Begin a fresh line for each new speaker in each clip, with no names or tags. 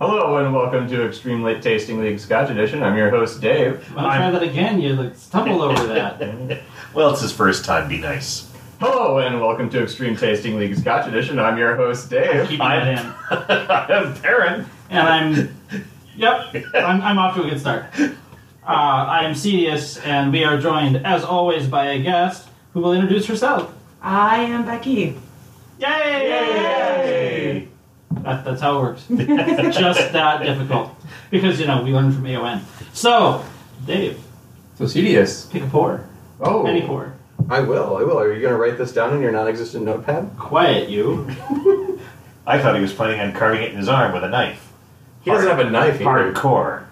Hello and welcome to Extreme Late Tasting League Scotch Edition. I'm your host Dave.
Why don't you try that again? You like, stumbled over that.
Well, it's his first time. Be nice.
Hello and welcome to Extreme Tasting League Scotch Edition. I'm your host Dave.
Keeping that in.
I'm Perrin.
And I'm. Yep, I'm, I'm off to a good start. Uh, I am Cedius, and we are joined, as always, by a guest who will introduce herself.
I am Becky.
Yay! That, that's how it works. Just that difficult. Because, you know, we learned from AON. So, Dave,
So serious.
pick a pour.
Oh,
Any pour.
I will. I will. Are you going to write this down in your non-existent notepad?
Quiet, you.
I thought he was planning on carving it in his arm with a knife.
He doesn't have a knife either. Oh.
Hardcore.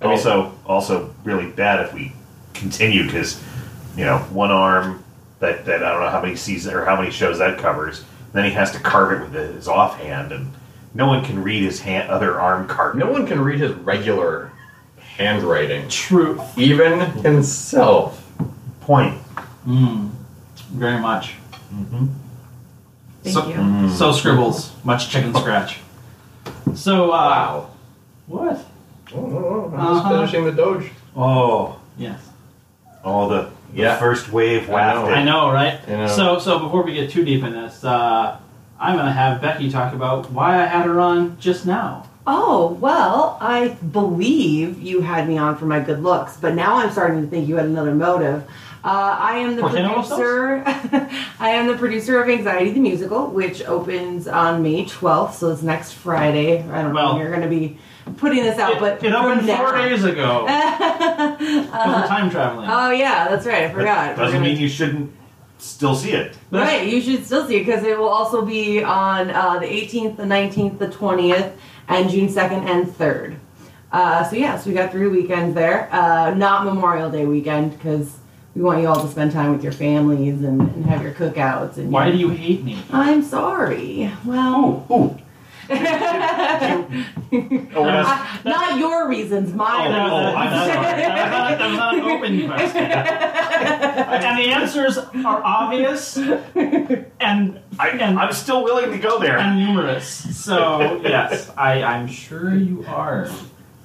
I mean-
also, also really bad if we continue because, you know, one arm that, that I don't know how many seasons or how many shows that covers. Then he has to carve it with his offhand, and no one can read his hand, other arm carving.
No one can read his regular handwriting,
Truth.
even himself.
point.
Mm, very much.
Mm-hmm.
Thank
So-
you.
So scribbles, much chicken scratch. So uh,
Wow.
what?
Oh, oh, oh, I'm just
Uh-huh.
finishing the Doge.
Oh,
Yes,
all the, the
Yeah.
first wave
I know.
wafted.
I know, right?
I know.
So so before we get too deep in this, uh, I'm gonna have Becky talk about why I had her on just now.
Oh, well, I believe you had me on for my good looks, but now I'm starting to think you had another motive. Uh, I am the
Potato
producer. I am the producer of Anxiety the Musical, which opens on May 12th, so it's next Friday. I don't know
Well-
when you're going to be putting this out, but
it, it opened
from now- Uh, Uh-huh.
four days ago. Because of time traveling.
Oh yeah, that's right. I forgot. We're
Doesn't
gonna-
mean you shouldn't still see it.
That's-
Right, you should still see it because it will also be on uh, the 18th, the 19th, the 20th, and June 2nd and 3rd. Uh, so, yeah, so we got three weekends there. Uh, not Memorial Day weekend because we want you all to spend time with your families and, and have your cookouts. And
Why do you hate me?
I'm sorry. Well,
Ooh. Oh, that's-
I- not your reasons,
Oh,
mine.
oh, I'm sorry.
That was not- that was not an open question. and the answers are obvious and
I,
and
I'm still willing to go there.
and numerous. So yes, I, I'm sure you are.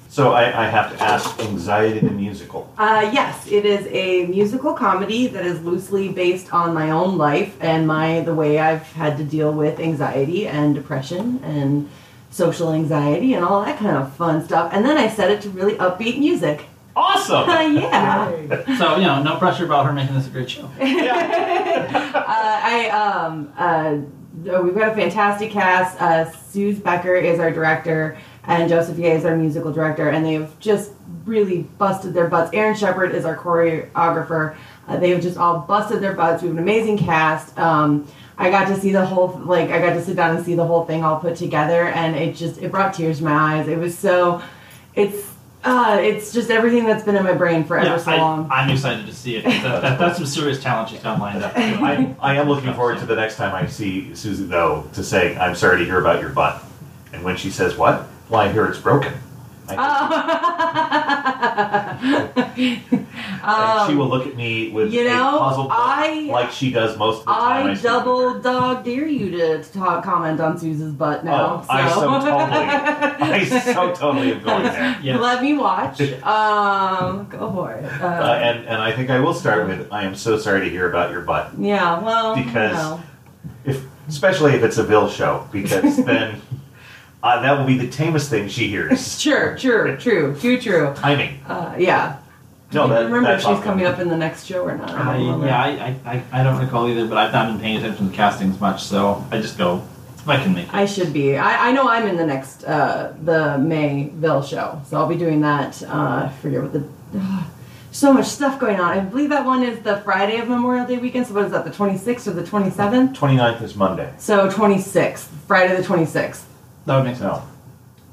So I, I have to ask anxiety the musical.
Uh, yes, it is a musical comedy that is loosely based on my own life and my the way I've had to deal with anxiety and depression and social anxiety and all that kind of fun stuff. And then I set it to really upbeat music.
Awesome!
Uh, yeah,
So you know, no pressure about her making this a great show.
yeah.
uh, I um uh, we've got a fantastic cast. Uh, Suze Becker is our director, and Joseph Ye is our musical director, and they have just really busted their butts. Aaron Shepard is our choreographer. Uh, they have just all busted their butts. We have an amazing cast. Um, I got to see the whole like I got to sit down and see the whole thing all put together, and it just it brought tears to my eyes. It was so, it's. Uh, it's just everything that's been in my brain for ever
Yeah,
so long.
I, am excited to see it. That, that- that's some serious talent she's got lined up.
I, I am looking forward to the next time I see Susie, though, to say, I'm sorry to hear about your butt. And when she says, What? Well, I hear it's broken. I, and she will look at me with
you know,
a puzzled look,
I-
like she does most of the time.
I
speak with her.
double dog dare you to, to talk, comment on Suze's butt now.
Oh, I so
so.
totally, I so totally am going there.
Yes.
Let me watch. Um, go for it. Uh,
Uh, and, and I think I will start with, I am so sorry to hear about your butt.
yeah, well,
because-
you know.
if especially if it's a Bill show, because then uh, that will be the tamest thing she hears.
sure, sure, true, too true.
Timing.
Uh, yeah,
No, that,
remember if
that's
she's
awesome.
coming up in the next show or not. I
I,
don't remember.
yeah, I, I, I, I don't recall either, but I've not been paying attention to castings much, so I just go, if I can make it.
I should be. I, I know I'm in the next uh, the Mayville show, so I'll be doing that. Uh, I forget what the so much stuff going on. I believe that one is the Friday of Memorial Day weekend. So what is that? The 26th or the 27th?
29th is Monday.
So 26th, Friday the 26th.
That would make sense.
No.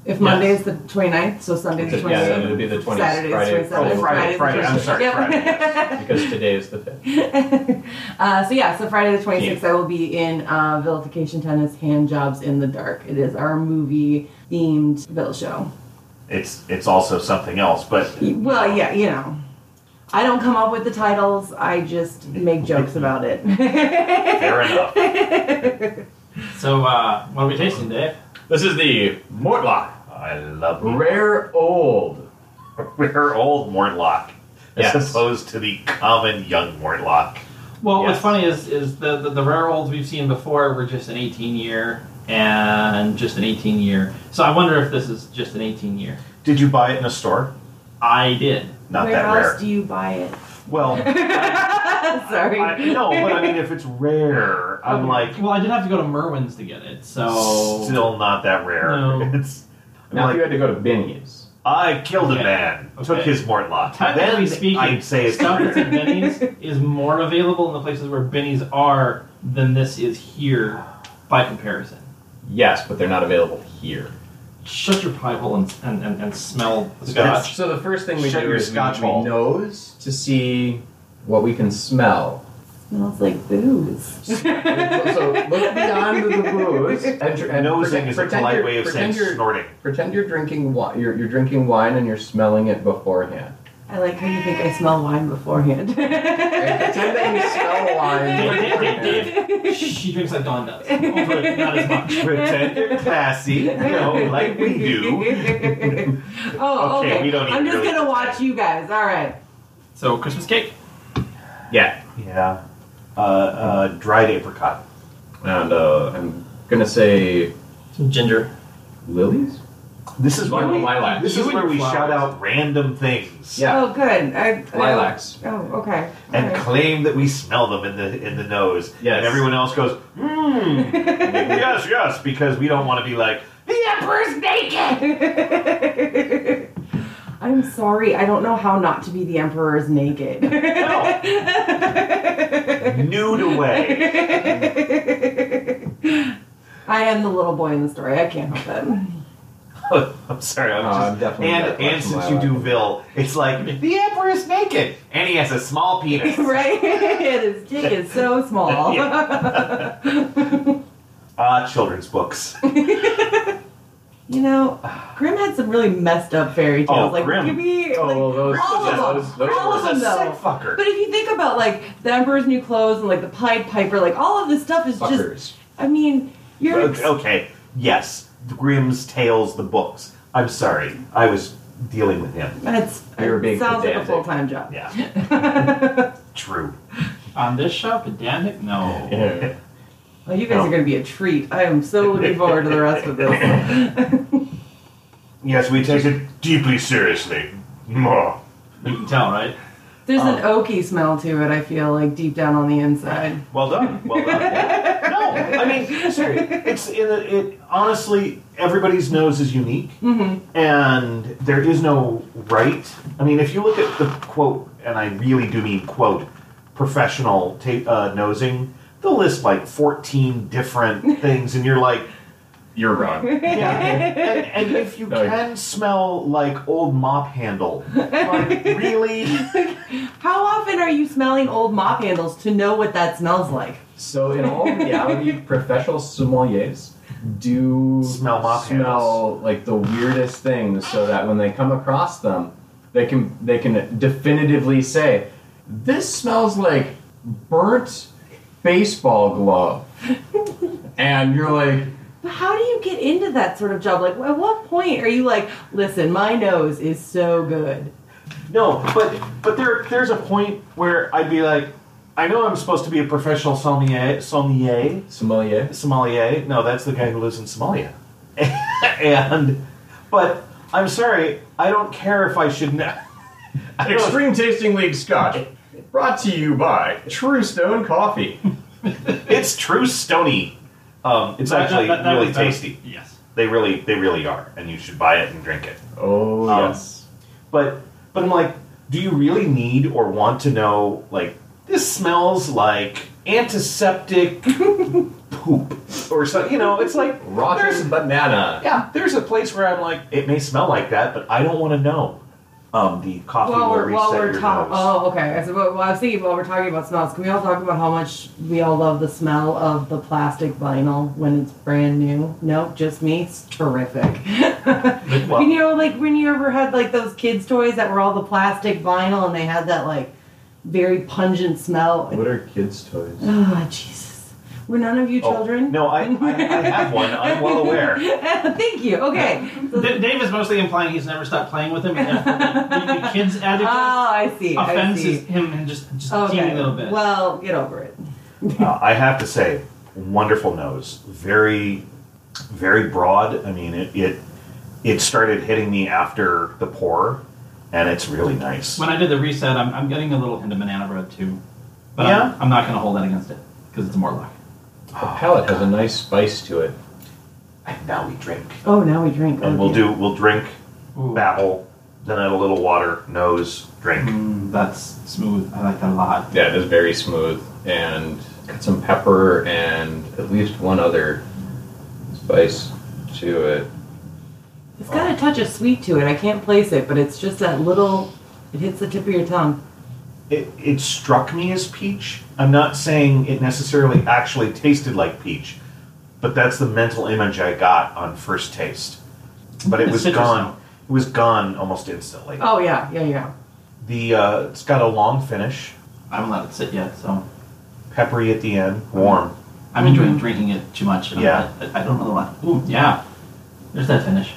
If
Yes.
Monday is the 29th, so Sunday the
Yeah, it
27th.
would be the 20th.
Saturday the
Friday,
27th.
Friday,
Friday,
Friday,
the
I'm
27th.
sorry, Friday.
because today is the fifth.
Yep. uh, so yeah, so Friday the 26th, I will be in uh, Vilification Tennis Hand Jobs in the Dark. It is our movie themed Bill show.
It's it's also something else, but
Well, yeah, you know. I don't come up with the titles. I just make jokes about it.
fair enough.
So, uh, what are we tasting, Dave?
This is the Mortlock.
I love me.
Rare old.
Rare old Mortlock, as
Yes.
opposed to the common young Mortlock.
Well, what's
Yes.
funny is is the, the the rare olds we've seen before were just an 18 year and just an 18 year. So I wonder if this is just an 18 year.
Did you buy it in a store?
I did.
Not
Where
that
else
rare.
do you buy it?
well,
Sorry.
I, no, but I mean, if it's rare, I'm like,
Um, Well, I did have to go to Merwin's to get it. So
still not that rare.
No.
It's I'm
Now, if
like,
you had to go to Binny's,
I killed a
Okay.
man, took
Okay.
his Mortlock.
Technically
Then
speaking,
I'd say it's
stuff
not
that's
rare.
in Benny's is more available in the places where Benny's are than this is here by comparison.
yes, but they're not available here.
Shut your pie hole and, and, and, and smell the scotch.
So the first thing we
Shut
do
your
is we,
scotch
we
ball.
nose to see what we can smell.
Smells like booze.
so look beyond the booze. And, dr- and
Nosing
pretend-
is a
pretend
polite
you're-
way of saying
pretend you're-
snorting.
Pretend you're drinking wine. You're, you're drinking wine and you're smelling it beforehand.
I like how you think I smell wine beforehand.
And pretend that you smell wine.
Dave, Dave,
beforehand.
Dave, Dave, she drinks like Dawn does. Although not as much.
Pretend you're classy, you know, like we do.
oh, okay.
Okay, we don't
I'm
even
just
really-
gonna watch you guys. All right.
So Christmas cake.
Yeah.
Yeah. Uh, uh, dried apricot.
And uh, I'm gonna say
Some ginger.
lilies.
This is where
Lilac.
we,
Lilac.
this is
You
where
and
we
flowers.
shout out random things
Yeah.
Oh, good. I, I-
Lilacs.
Oh, okay.
and
All right.
claim that we smell them in the in the nose.
Yes.
And everyone else goes, mmm. yes, yes, because we don't want to be like, the emperor's naked.
I'm sorry. I don't know how not to be the emperor's naked.
Nude away.
I am the little boy in the story. I can't help it.
I'm sorry. I'm
No,
just.
Uh, I'm definitely
and
not watching
and since
my
you
life.
do Vil, it's like the emperor's naked, and he has a small penis.
right? His dick is so small.
Ah, children's books.
You know, Grimm had some really messed up fairy tales.
Oh,
like,
Grimm.
give me
Oh,
like,
well, those-
all of
those-
them.
those
all
were
of
a
them, though.
sick fucker.
But if you think about like the Emperor's New Clothes and like the Pied Piper, like all of this stuff is just.
Fuckers.
I mean, you're.
okay, okay, yes, Grimm's tales, the books. I'm sorry, I was dealing with him.
That's.
You're a big
sounds like a
pedantic.
full time job.
Yeah, true.
On this show, pedantic? No.
Yeah.
Well, you guys
No.
are going to be a treat. I am so looking forward to the rest of this.
Yes, we take it deeply seriously. Mwah.
You can tell, right?
There's an
Um,
oaky smell to it. I feel like deep down on the inside.
Well done. Well done. Yeah. no, I mean, sorry. It's in a, it. Honestly, everybody's nose is unique,
Mm-hmm.
and there is no right. I mean, if you look at the quote, and I really do mean quote, professional ta- uh, nosing, they'll list like fourteen different things, and you're like,
You're wrong.
yeah. And, and if you
No.
can smell like old mop handle, like really,
How often are you smelling old mop handles to know what that smells like?
So in all reality, professional sommeliers do
Smell mop
smell like the weirdest things, so that when they come across them, they can they can definitively say, "This smells like burnt baseball glove," and you're like,
But how do you get into that sort of job? Like, at what point are you like, listen, my nose is so good?
No, but but there there's a point where I'd be like, I know I'm supposed to be a professional sommelier, sommelier,
"Sommelier."
sommelier. No, that's the guy who lives in Somalia. and but I'm sorry, I don't care if I should know. I don't-
Extreme Tasting League Scotch, brought to you by True Stone Coffee.
It's true stony. Um, it's
That-
actually
that- that
really
was- that was-
tasty.
Yes.
They really they really are, and you should buy it and drink it.
Oh
Um,
yes.
But but I'm like, do you really need or want to know like this smells like antiseptic poop or so you know, it's like
Rotten
there's-
banana.
yeah, there's a place where I'm like, it may smell like that, but I don't want to know. Um, the coffee will
While we're,
reset
while we're
your
talking,
nose.
oh, okay. I said, well, well, I was thinking while we're talking about smells, can we all talk about how much we all love the smell of the plastic vinyl when it's brand new? Nope, just me. It's terrific.
Well-
you know, like when you ever had like those kids' toys that were all the plastic vinyl and they had that like very pungent smell.
What are kids' toys?
Oh, Jesus. Were none of you
Oh,
children?
No, I, I, I have one. I'm well aware.
Thank you. Okay. So-
D- Dave is mostly implying he's never stopped playing with him, and if the, the, the kids'
oh,
attitude
I see. I
offends
see.
him and just just a
okay.
teeny little bit.
Well, get over it.
Uh, I have to say, wonderful nose. Very, very broad. I mean, it it, it started hitting me after the pour, and it's really nice.
when I did the reset, I'm, I'm getting a little into banana bread too, but
Yeah.
I'm, I'm not going to hold that against it because it's a Morlock.
The
Ah.
palate has a nice spice to it.
And now we drink,
Oh, now we drink.
and we'll do we'll drink
Ooh.
babble, then add a little water, nose, drink.
Mm, that's smooth. I like that a lot.
Yeah, it is very smooth and got some pepper and at least one other spice to it.
It's got a touch of sweet to it. I can't place it, but it's just that little. It hits the tip of your tongue.
It, it struck me as peach. I'm not saying it necessarily actually tasted like peach, but that's the mental image I got on first taste. But it
It's
was
citrus
gone. It was gone almost instantly.
Oh yeah, yeah, yeah.
The uh, it's got a long finish,
I haven't let it sit yet, so
peppery at the end, warm.
I'm enjoying drinking it too much. and I'm
Yeah.
not- I, I don't really want. Ooh, yeah. There's that finish.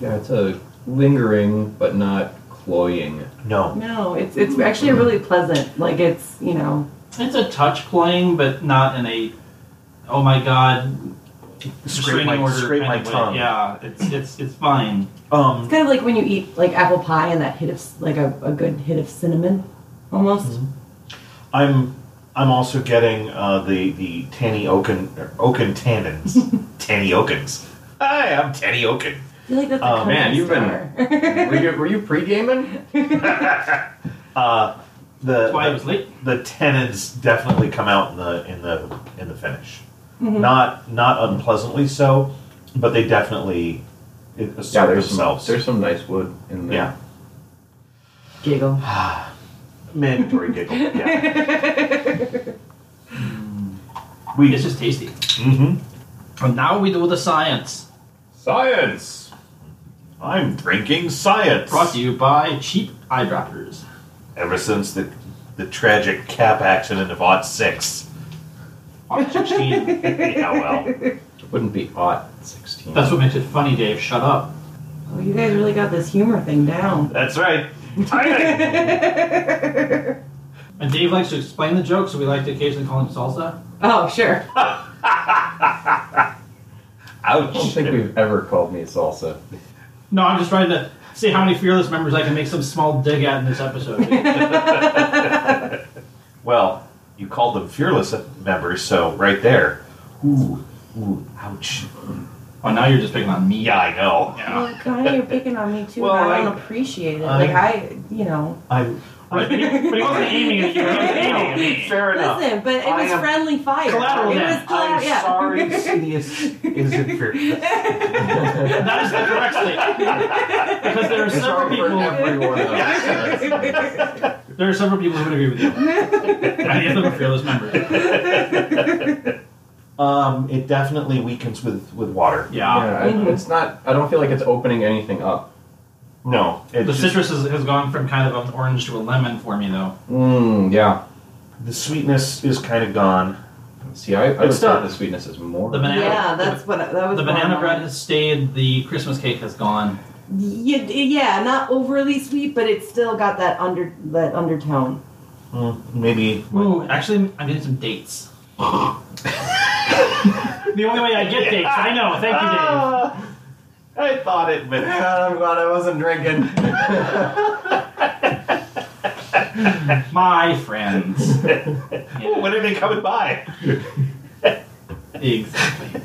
Yeah, it's a lingering but not cloying.
No,
No, it's it's actually really pleasant. Like it's you know.
It's a touch playing, but not in a. Oh my god!
scrape
restraining
my,
order
scrape
kind
my
of way.
tongue.
Yeah, it's it's it's fine.
It's
Um,
kind of like when you eat like apple pie and that hit of like a, a good hit of cinnamon, almost.
Mm-hmm.
I'm I'm also getting uh, the the tanny oaken or oaken tannins, tanny oakens. Hi, I'm tanny oaken.
I feel like that's a
Oh,
man,
country
you've been-
star.
were, you, were you pre-gaming?
Uh, the
That's why I was late.
the tannins definitely come out in the in the in the finish.
Mm-hmm.
Mm-hmm.
Not not unpleasantly so, but they definitely it- assert
some,
themselves.
there's some nice wood in there.
yeah,
Giggle.
mandatory giggle. Yeah, we
It's just tasty.
Mhm.
And now we do the science.
Science!
I'm drinking science.
Brought to you by cheap eyedroppers.
Ever since the the tragic cap accident of Ot Six.
Watch your team.
yeah, well,
It wouldn't be odd 16.
That's what makes it funny, Dave. Shut up.
Oh, you guys really got this humor thing down.
that's right. Timing.
And Dave likes to explain the joke, so we like to occasionally call him salsa.
Oh sure.
I
Ouch.
don't think we've ever called me salsa.
No, I'm just trying to see how many fearless members I can make some small dig at in this episode.
Well, you called them fearless members, so right there. Ooh, ooh, ouch.
oh, now you're just picking on me.
Yeah, I know.
Yeah.
Well, kind of you're picking on me too.
Well,
and I
I-
don't appreciate it.
I-
like I, you know.
I'm.
But he, but he wasn't aiming at you. He wasn't aiming at me.
Fair enough.
Listen, but it
I
was
am-
friendly fire.
Collateral
it
damage.
was collateral.
I'm
yeah.
sorry, Sidious isn't fearless.
That is the correct statement. Because there are
It's
several
hard for
people.
everyone else.
There are several people who would agree with you. Many of them are fearless members.
Um, it definitely weakens with with water.
Yeah.
Yeah, I- it's not. I don't feel like it's opening anything up.
No, it
The
just-
citrus has, has gone from kind of an orange to a lemon for me, though.
Mm, yeah.
the sweetness is kind kind of gone.
See, I, I would
It's
say
not-
the sweetness is more.
The banana.
Yeah, that's what that was.
The
my
banana
mind.
bread has stayed. The Christmas cake has gone.
Yeah, yeah, not overly sweet, but it's still got that under that undertone.
Mm, maybe
Ooh, actually, I'm getting some dates. the only way I get dates, I know. Thank you, Dave.
Ah, I thought it meant
God, I'm glad I wasn't drinking.
My friends.
Oh, when are they coming by?
Exactly.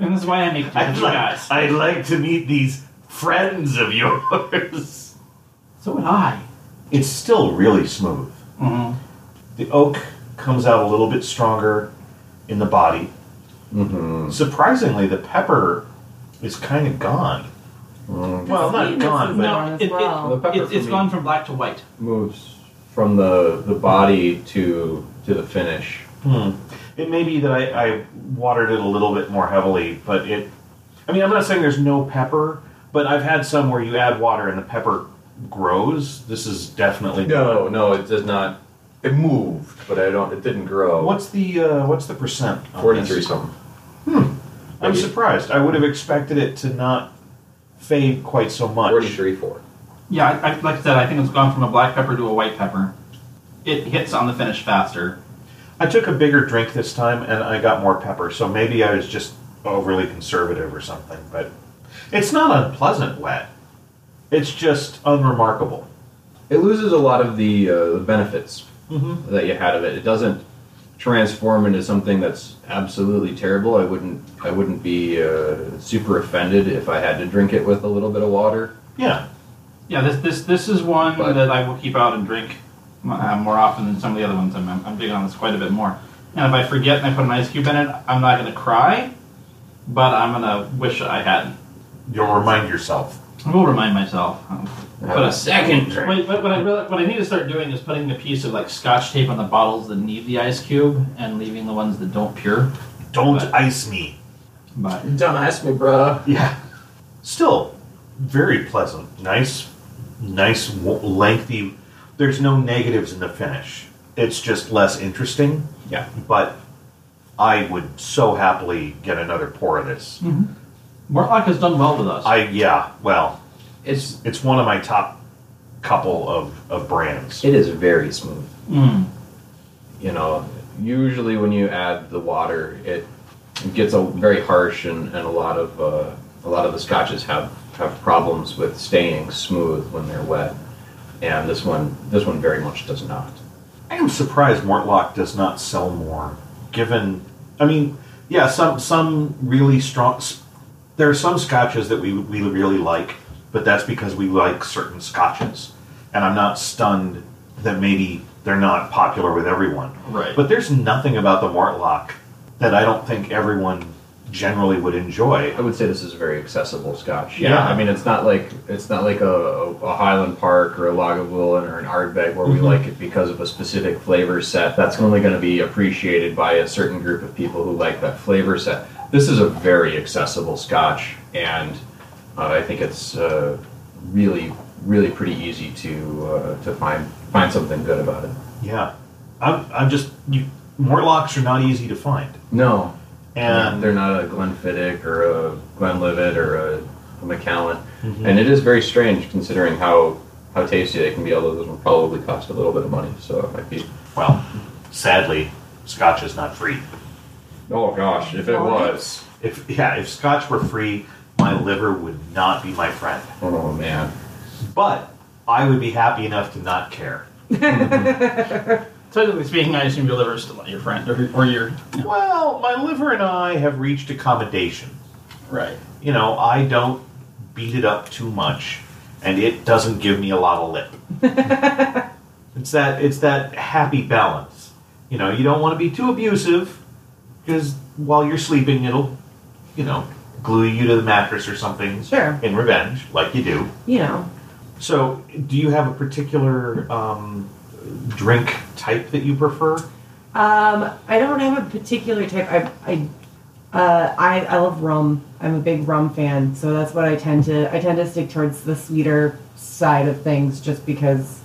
And this is why I make
I'd
dates, you
like,
guys.
I'd like to meet these friends of yours.
So would I.
It's still really smooth.
Mhm.
The oak comes out a little bit stronger in the body.
mm-hmm.
Surprisingly, the pepper is kind of gone.
Mm,
Well,
The
not
sweetness
gone,
is
but
gone
No,
as
it- it-
The
well.
pepper
It,
for
it's
me
gone from black to white.
moves from the the body to to the finish.
Hmm. It may be that I, I watered it a little bit more heavily, but it. I mean, I'm not saying there's no pepper, but I've had some where you add water and the pepper grows. This is definitely
No, no, it does not It moved, but I don't. It didn't grow.
What's the uh, what's the percent? on
Forty-three
this?
something.
I'm surprised. I would have expected it to not fade quite so much.
Forty-three four.
Yeah, I, I, like I said, I think it's gone from a black pepper to a white pepper. It hits on the finish faster.
I took a bigger drink this time and I got more pepper, so maybe I was just overly conservative or something, but it's not unpleasant wet. It's just unremarkable.
It loses a lot of the, uh, the benefits that you had of it. It doesn't transform into something that's absolutely terrible. I wouldn't I wouldn't be uh, super offended if I had to drink it with a little bit of water.
Yeah.
Yeah, this this this is one
But-
that I will keep out and drink uh, more often than some of the other ones. I'm, I'm I'm big on this quite a bit more. And if I forget and I put an ice cube in it, I'm not going to cry, but I'm going to wish I hadn't.
You'll remind yourself.
I will remind myself. Um, Put a
second
Wait, but what I really, what I need to start doing is putting a piece of like scotch tape on the bottles that need the ice cube and leaving the ones that don't pure.
Don't
But-
ice me.
But
Don't ask me, bruh.
Yeah. Still, very pleasant. Nice, nice, w- lengthy. There's no negatives in the finish. It's just less interesting.
Yeah.
But I would so happily get another pour of this.
Mortlock has done well with us.
I yeah. Well,
It's
it's one of my top couple of, of brands.
it is very smooth.
Mm.
You know, usually when you add the water, it gets a very harsh and, and a lot of uh, a lot of the scotches have have problems with staying smooth when they're wet. And this one this one very much does not.
I am surprised Mortlock does not sell more, given. I mean, yeah, some some really strong. s- There are some scotches that we we really like, but that's because we like certain scotches, and I'm not stunned that maybe they're not popular with everyone.
Right.
But there's nothing about the Mortlock that I don't think everyone generally would enjoy.
I would say this is a very accessible Scotch.
Yeah.
Yeah, I mean it's not like it's not like a, a Highland Park or a Lagavulin or an Ardbeg where we like it because of a specific flavor set. That's only going to be appreciated by a certain group of people who like that flavor set. This is a very accessible Scotch, and uh, I think it's uh, really, really pretty easy to uh, to find find something good about it.
Yeah, I'm I'm just you. Mortlocks are not easy to find,
No,
and
they're not a Glenfiddich or a Glenlivet or a, a Macallan,
Mm-hmm.
and it is very strange considering how how tasty they can be. Although this one probably cost a little bit of money, so it might be.
well, sadly, Scotch is not free.
Oh gosh, if it was.
If yeah, if scotch were free, my liver would not be my friend.
Oh man.
But I would be happy enough to not care.
Technically speaking, I assume your liver is still not your friend or, or your yeah.
Well, my liver and I have reached accommodation.
right.
You know, I don't beat it up too much, and it doesn't give me a lot of lip. it's that it's that happy balance. You know, you don't want to be too abusive because while you're sleeping, it'll you know glue you to the mattress or something
Sure.
in revenge, like you do.
You know,
So, do you have a particular um, drink type that you prefer?
um, I don't have a particular type. I, I, uh, I, I love rum. I'm a big rum fan, so that's what I tend to. I tend to stick towards the sweeter side of things, just because,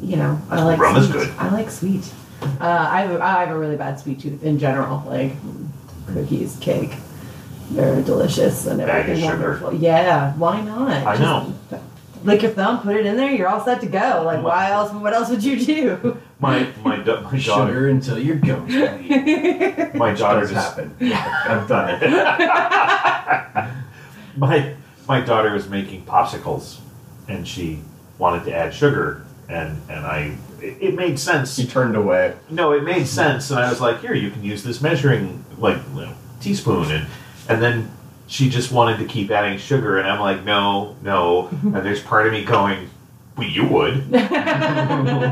you know, I like
Rum is
sweet.
good.
I like sweet. Uh, I, have a, I have a really bad sweet tooth in general, like cookies, cake. They're delicious and
Bag of
everything
sugar.
wonderful. Yeah, why not?
I know.
Lick your thumb, put it in there. You're all set to go. Like, why else? What else would you do?
My my da- my daughter
until your gums bleed.
my daughter
Does
just,
happen. I've done it.
my my daughter was making popsicles, and she wanted to add sugar, and and I it, it made sense.
She turned away.
No, it made sense, and I was like, here, you can use this measuring like you know, teaspoon, and and then she just wanted to keep adding sugar, and I'm like, no, no, and there's part of me going, well, you would.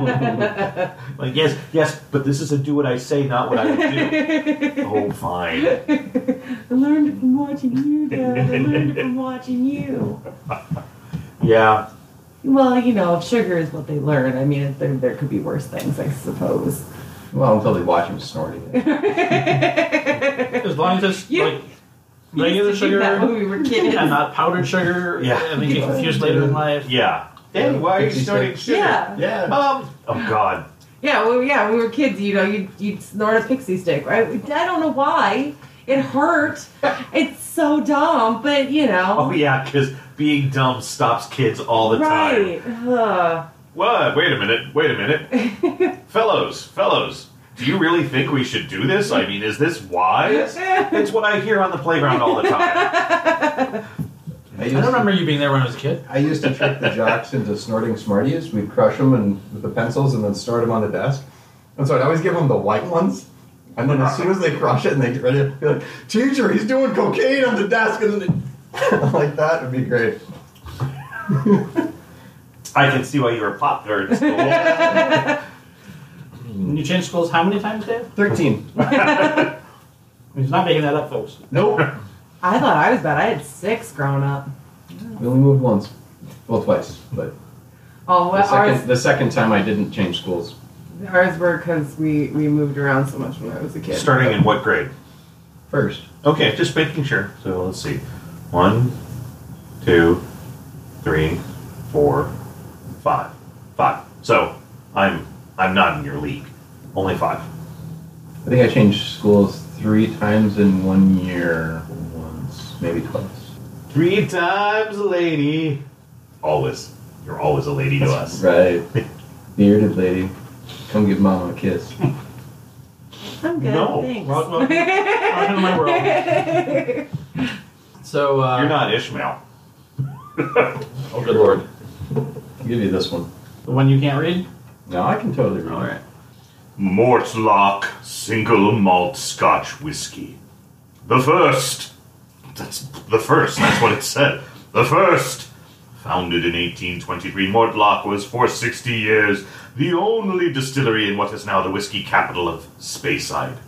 Like, yes, yes, but this is a do what I say, not what I would do. oh, fine.
I learned it from watching you, Dad. I learned it from watching you.
Yeah.
Well, you know, if sugar is what they learn, I mean, there, there could be worse things, I suppose.
Well, until they watch him snorting it.
As long as it's
You-
like
We used
regular
to do that when
sugar
we were kids.
and not powdered sugar,
Yeah.
and we get confused later in life.
Yeah. Daddy, why are you snorting sugar?
Yeah.
Yeah.
Um, oh, God.
Yeah, well, yeah, when we were kids, you know, you'd, you'd snort a pixie stick, right? I don't know why. It hurt. it's so dumb, but you know.
Oh yeah, because being dumb stops kids all the time.
right. Ugh.
What? uh, Wait a minute. Wait a minute, fellows, fellows. Do you really think we should do this? I mean, is this wise? it's what I hear on the playground all the time.
I
I
used,
don't
to,
remember you being there when I was a kid.
I used to trick the jocks into snorting Smarties. We'd crush them and, with the pencils and then snort them on the desk. And so I'd always give them the white ones. And then as soon as they crush it and they get ready to be like, teacher, he's doing cocaine on the desk. And then they, like that would be great.
I can see why you were popular in school.
You changed schools how many times, Dave?
13.
He's not making that up, folks.
Nope.
I thought I was bad. I had six growing up.
We only moved once. Well, twice. But
Oh,
the
well,
second, the second time I didn't change schools.
ours, ours were because we, we moved around so much when I was a kid.
Starting in what grade?
First.
Okay, just making sure. So let's see. One, two, three, four, five. Five. So I'm I'm not in your league. Only five.
I think I changed schools three times in one year. Once, maybe twice.
Three times a lady. Always. You're always a lady to us.
Right. The bearded lady. Come give mama a kiss.
I'm good.
No.
Thanks.
Well, well, welcome to my world. So, uh,
You're not Ishmael.
oh, good lord.
I'll give you this one.
The one you can't read?
No, I can totally read.
All right.
Mortlock single malt Scotch whiskey. The first. That's the first. That's what it said. The first. Founded in 1823, Mortlock was for 60 years the only distillery in what is now the whiskey capital of Speyside,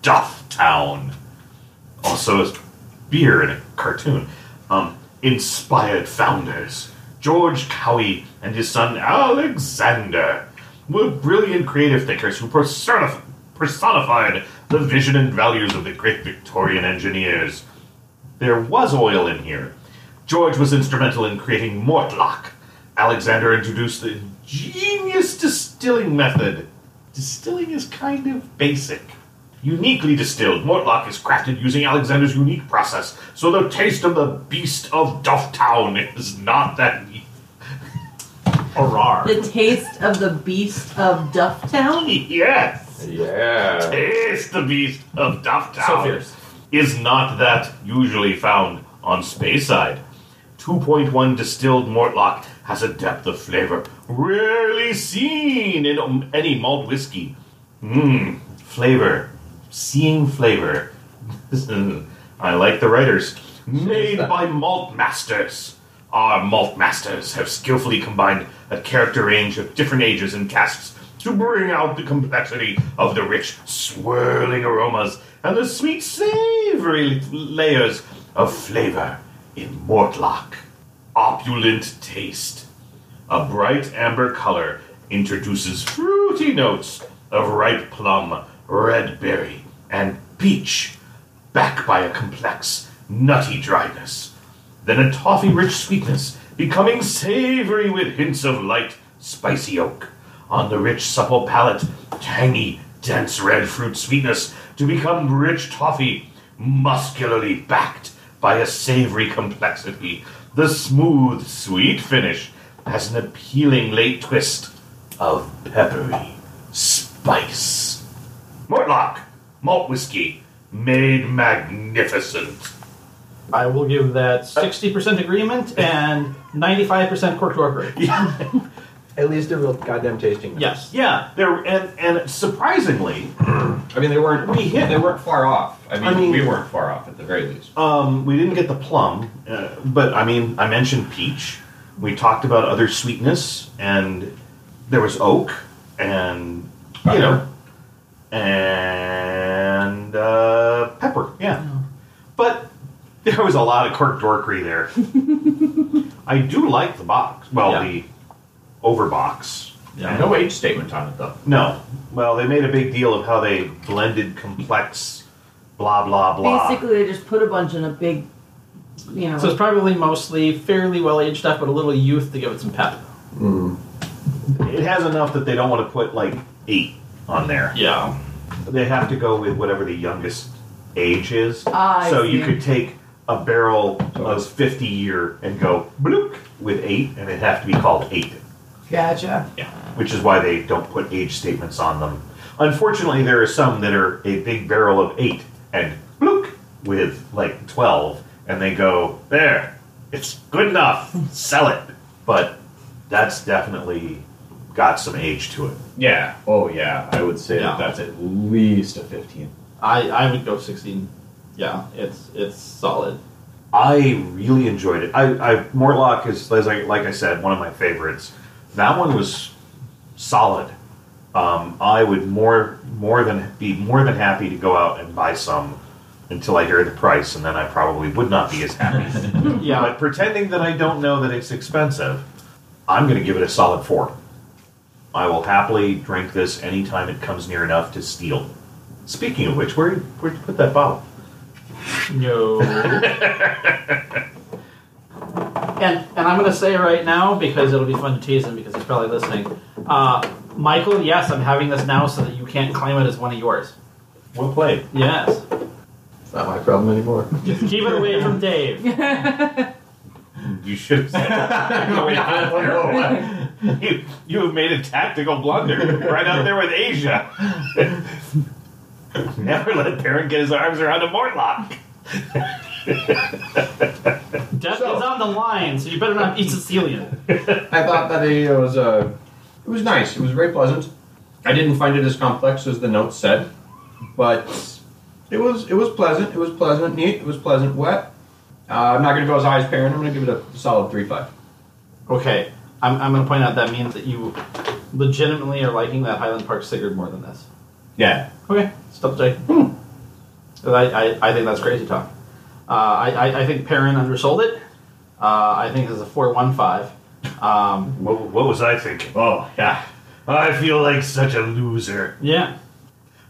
Duff Town. Also, a beer in a cartoon. Um, inspired founders George Cowie and his son Alexander were brilliant creative thinkers who personif- personified the vision and values of the great Victorian engineers. There was oil in here. George was instrumental in creating Mortlock. Alexander introduced the genius distilling method. Distilling is kind of basic. Uniquely distilled, Mortlock is crafted using Alexander's unique process, so the taste of the beast of Dufftown is not that. Hurrah.
The taste of the beast of Dufftown?
yes!
Yeah.
Taste the beast of Dufftown.
So fierce.
Is not that usually found on Speyside. 2.1 distilled Mortlock has a depth of flavor rarely seen in um, any malt whiskey. Mmm, flavor. Seeing flavor. I like the writers. Made by malt masters. Our malt masters have skillfully combined a character range of different ages and castes to bring out the complexity of the rich, swirling aromas and the sweet, savory layers of flavor in Mortlock. Opulent taste. A bright amber color introduces fruity notes of ripe plum, red berry, and peach, backed by a complex, nutty dryness. Then a toffee rich sweetness, becoming savory with hints of light, spicy oak. On the rich, supple palate, tangy, dense red fruit sweetness to become rich toffee, muscularly backed by a savory complexity. The smooth, sweet finish has an appealing late twist of peppery spice. Mortlock, malt whiskey, made magnificent.
I will give that 60% agreement and 95% cork corporate.
At least a real goddamn tasting. note.
Yes.
Yeah, there and and surprisingly,
I mean, they weren't.
We hit-
They weren't far off. I mean,
I mean-
we weren't far off at the very least.
um, we didn't get the plum, uh, but I mean, I mentioned peach. We talked about other sweetness, and there was oak, and you know, and uh, pepper. Yeah, but there was a lot of cork dorkery there. I do like the box. Well,
Yeah.
the over box.
Yeah.
No age statement on it though.
No. Well, they made a big deal of how they blended complex, blah blah blah.
Basically, they just put a bunch in a big, you know.
So it's probably mostly fairly well aged stuff, but a little youth to give it some pep.
It has enough that they don't want to put like eight on there.
Yeah.
They have to go with whatever the youngest age is.
Ah, I
so you
see.
could take a barrel
Oh.
of 50 year and go bloop with eight, and it'd have to be called eight.
Gotcha.
which is why they don't put age statements on them. Unfortunately, there are some that are a big barrel of eight and blook with like 12, and they go, There, it's good enough, sell it. But that's definitely got some age to it.
Yeah. Oh, yeah. I would say
Yeah.
that that's at least a 15.
I, I would go 16. Yeah, it's it's solid.
I really enjoyed it. I, I Mortlock is as I, like I said, one of my favorites. That one was solid. Um, I would more more than be more than happy to go out and buy some until I hear the price, and then I probably would not be as happy.
Hmm.
Yeah.
But pretending that I don't know that it's expensive, I'm going to give it a solid four. I will happily drink this anytime it comes near enough to steal. Speaking of which, where where'd you put that bottle?
No. and and I'm gonna say right now because it'll be fun to tease him because he's probably listening. Uh, Michael, yes, I'm having this now so that you can't claim it as one of yours.
Well played.
Yes.
It's not my problem anymore.
Just keep it away from Dave.
You should have said that. you, you have made a tactical blunder right out there with Asia. Never let Perrin get his arms around a Mortlock.
Death
So-
is on the line, so you better not be Sicilian.
I thought that it was uh, it was nice. It was very pleasant. I didn't find it as complex as the notes said, but it was it was pleasant. It was pleasant, neat. It was pleasant, wet. Uh, I'm not gonna go as high as Perrin. I'm gonna give it a solid three five.
Okay, I'm, I'm gonna point out that means that you legitimately are liking that Highland Park Sigurd more than this.
Yeah.
Okay, stop Jay. I, I, I think that's crazy talk. Uh, I, I, I think Perrin undersold it. Uh, I think this is a 415. Um,
What, what was I thinking?
Oh yeah.
I feel like such a loser.
yeah,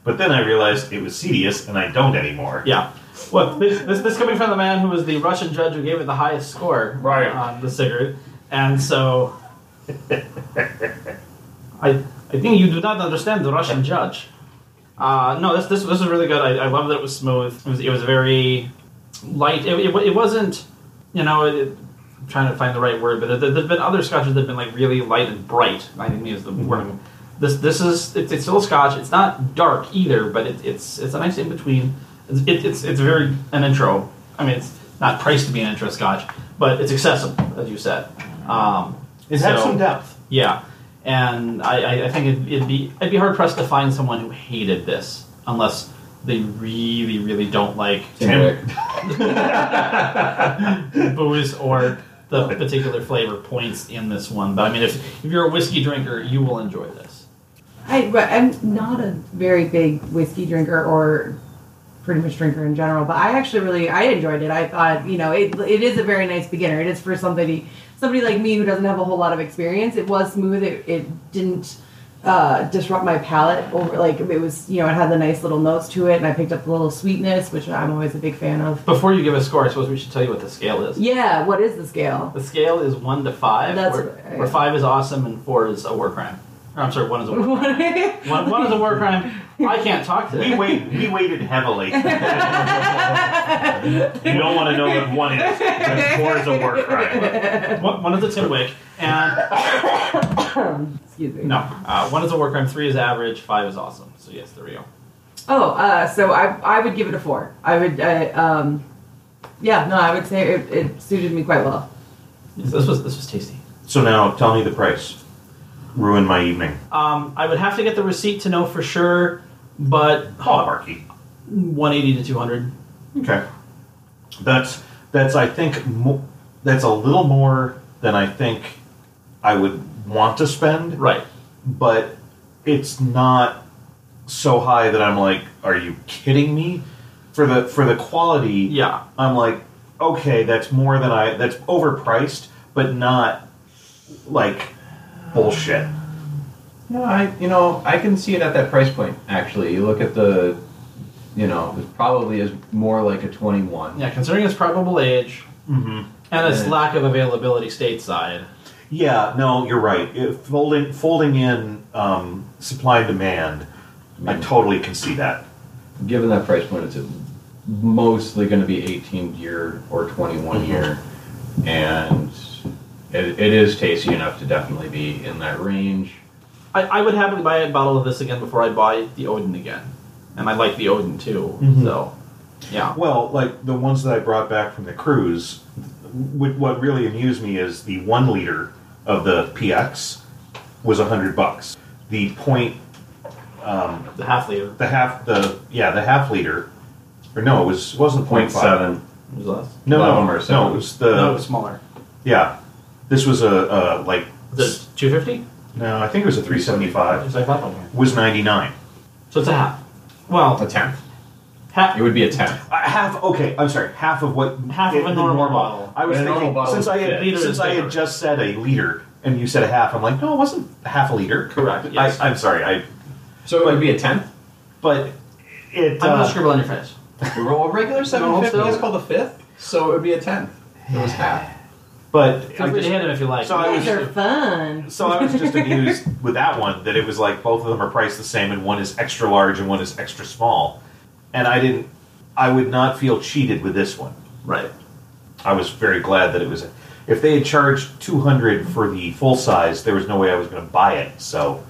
But then I realized it was Cedius, and I don't anymore.
yeah. Look, this, this, this coming from the man who was the Russian judge who gave it the highest score
Right.
on the Sigurd. And so. I, I think you do not understand the Russian judge. Uh, no, this, this this was really good. I, I love that it was smooth. It was, it was very light. It, it, wa- it wasn't, you know, it, it- I'm trying to find the right word, but there- there's been other scotches that have been like really light and bright. I think is the word. This this is it's, it's still a scotch. It's not dark either, but it, it's it's a nice in between. It's it, it's it's very an intro. I mean, it's not priced to be an intro scotch, but it's accessible, as you said. Um,
It had
so-
some depth.
yeah, and I, I, I think it'd, it'd be I'd be hard pressed to find someone who hated this unless they really really don't like
Tim.
booze or the particular flavor points in this one. But I mean, if if you're a whiskey drinker, you will enjoy this.
I, but I'm not a very big whiskey drinker or pretty much drinker in general, but I actually really I enjoyed it. I thought you know it, it is a very nice beginner. It is for somebody somebody like me who doesn't have a whole lot of experience. It was smooth. It, it didn't uh, disrupt my palate over like it was you know it had the nice little notes to it, and I picked up a little sweetness, which I'm always a big fan of.
Before you give a score, I suppose we should tell you what the scale is.
Yeah, what is the scale?
The scale is one to five,
That's
where,
right.
where five is awesome and four is a war crime. Or, I'm sorry, one is a war crime. one, one is a war crime. I can't talk today.
We wait. We waited heavily. you don't want to know what one is. because Four is a war crime.
One, one is a Tim Wick, and
Excuse me.
No. Uh, one is a war crime, three is average, five is awesome. So yes, there we go.
Oh, uh, so I I would give it a four. I would, I, um, yeah, no, I would say it, it suited me quite well.
Yes, this was this was tasty.
So now tell me the price. Ruin my evening.
Um, I would have to get the receipt to know for sure, but
Hallmarky.
180 to 200.
Okay. That's that's I think mo- that's a little more than I think I would want to spend,
Right.
but it's not so high that I'm like, are you kidding me? For the for the quality,
Yeah.
I'm like, okay, that's more than I that's overpriced, but not like bullshit.
No, I you know I can see it at that price point. Actually, you look at the, you know, it probably is more like a twenty one.
Yeah. Considering its probable age
Mm-hmm.
and its
Yeah.
lack of availability stateside,
Yeah, no, you're right. It- folding folding in um, supply and demand, I totally can see that.
Given that price point, it's mostly going to be 18 year or 21 year, and it, it is tasty enough to definitely be in that range.
I, I would happily buy a bottle of this again before I buy the Odin again, and I like the Odin too.
Mhm.
So, yeah,
Well, like the ones that I brought back from the cruise, wh- what really amused me is the one liter of the PX was a hundred bucks. The point, um,
the half liter
the half, the yeah, the half liter, or no, it was it wasn't point
Point
five.
seven.
was less.
No,
Eleven
no,
or
no,
seven.
it was the
no, it was smaller.
yeah. This was a, a like
The two fifty?
no, I think it was a three seventy five. Was ninety nine.
So it's a half. Well,
A tenth.
half.
It would be a tenth.
Uh, half okay i'm sorry half of what
Half of
the
a normal bottle.
i was
And a normal
thinking
bottle
since
is
i
a
had
liter
since
is
i had
bigger.
just said a liter and you said a half i'm like no it wasn't half a liter
Correct, yes.
I, i'm sorry i
So it would be a tenth.
but it
I'm gonna
uh,
scribble on your face.
Well, regular 750
still-
is called a fifth, so it would be a tenth. It was half.
but
Feel free
I
to
just,
hit him if you like.
So I was-
These are fun.
so i was just amused with that one that it was like both of them are priced the same and one is extra large and one is extra small and i didn't i would not feel cheated with this one
right.
I was very glad that it was. If they had charged two hundred for the full size, there was no way I was going to buy it. So,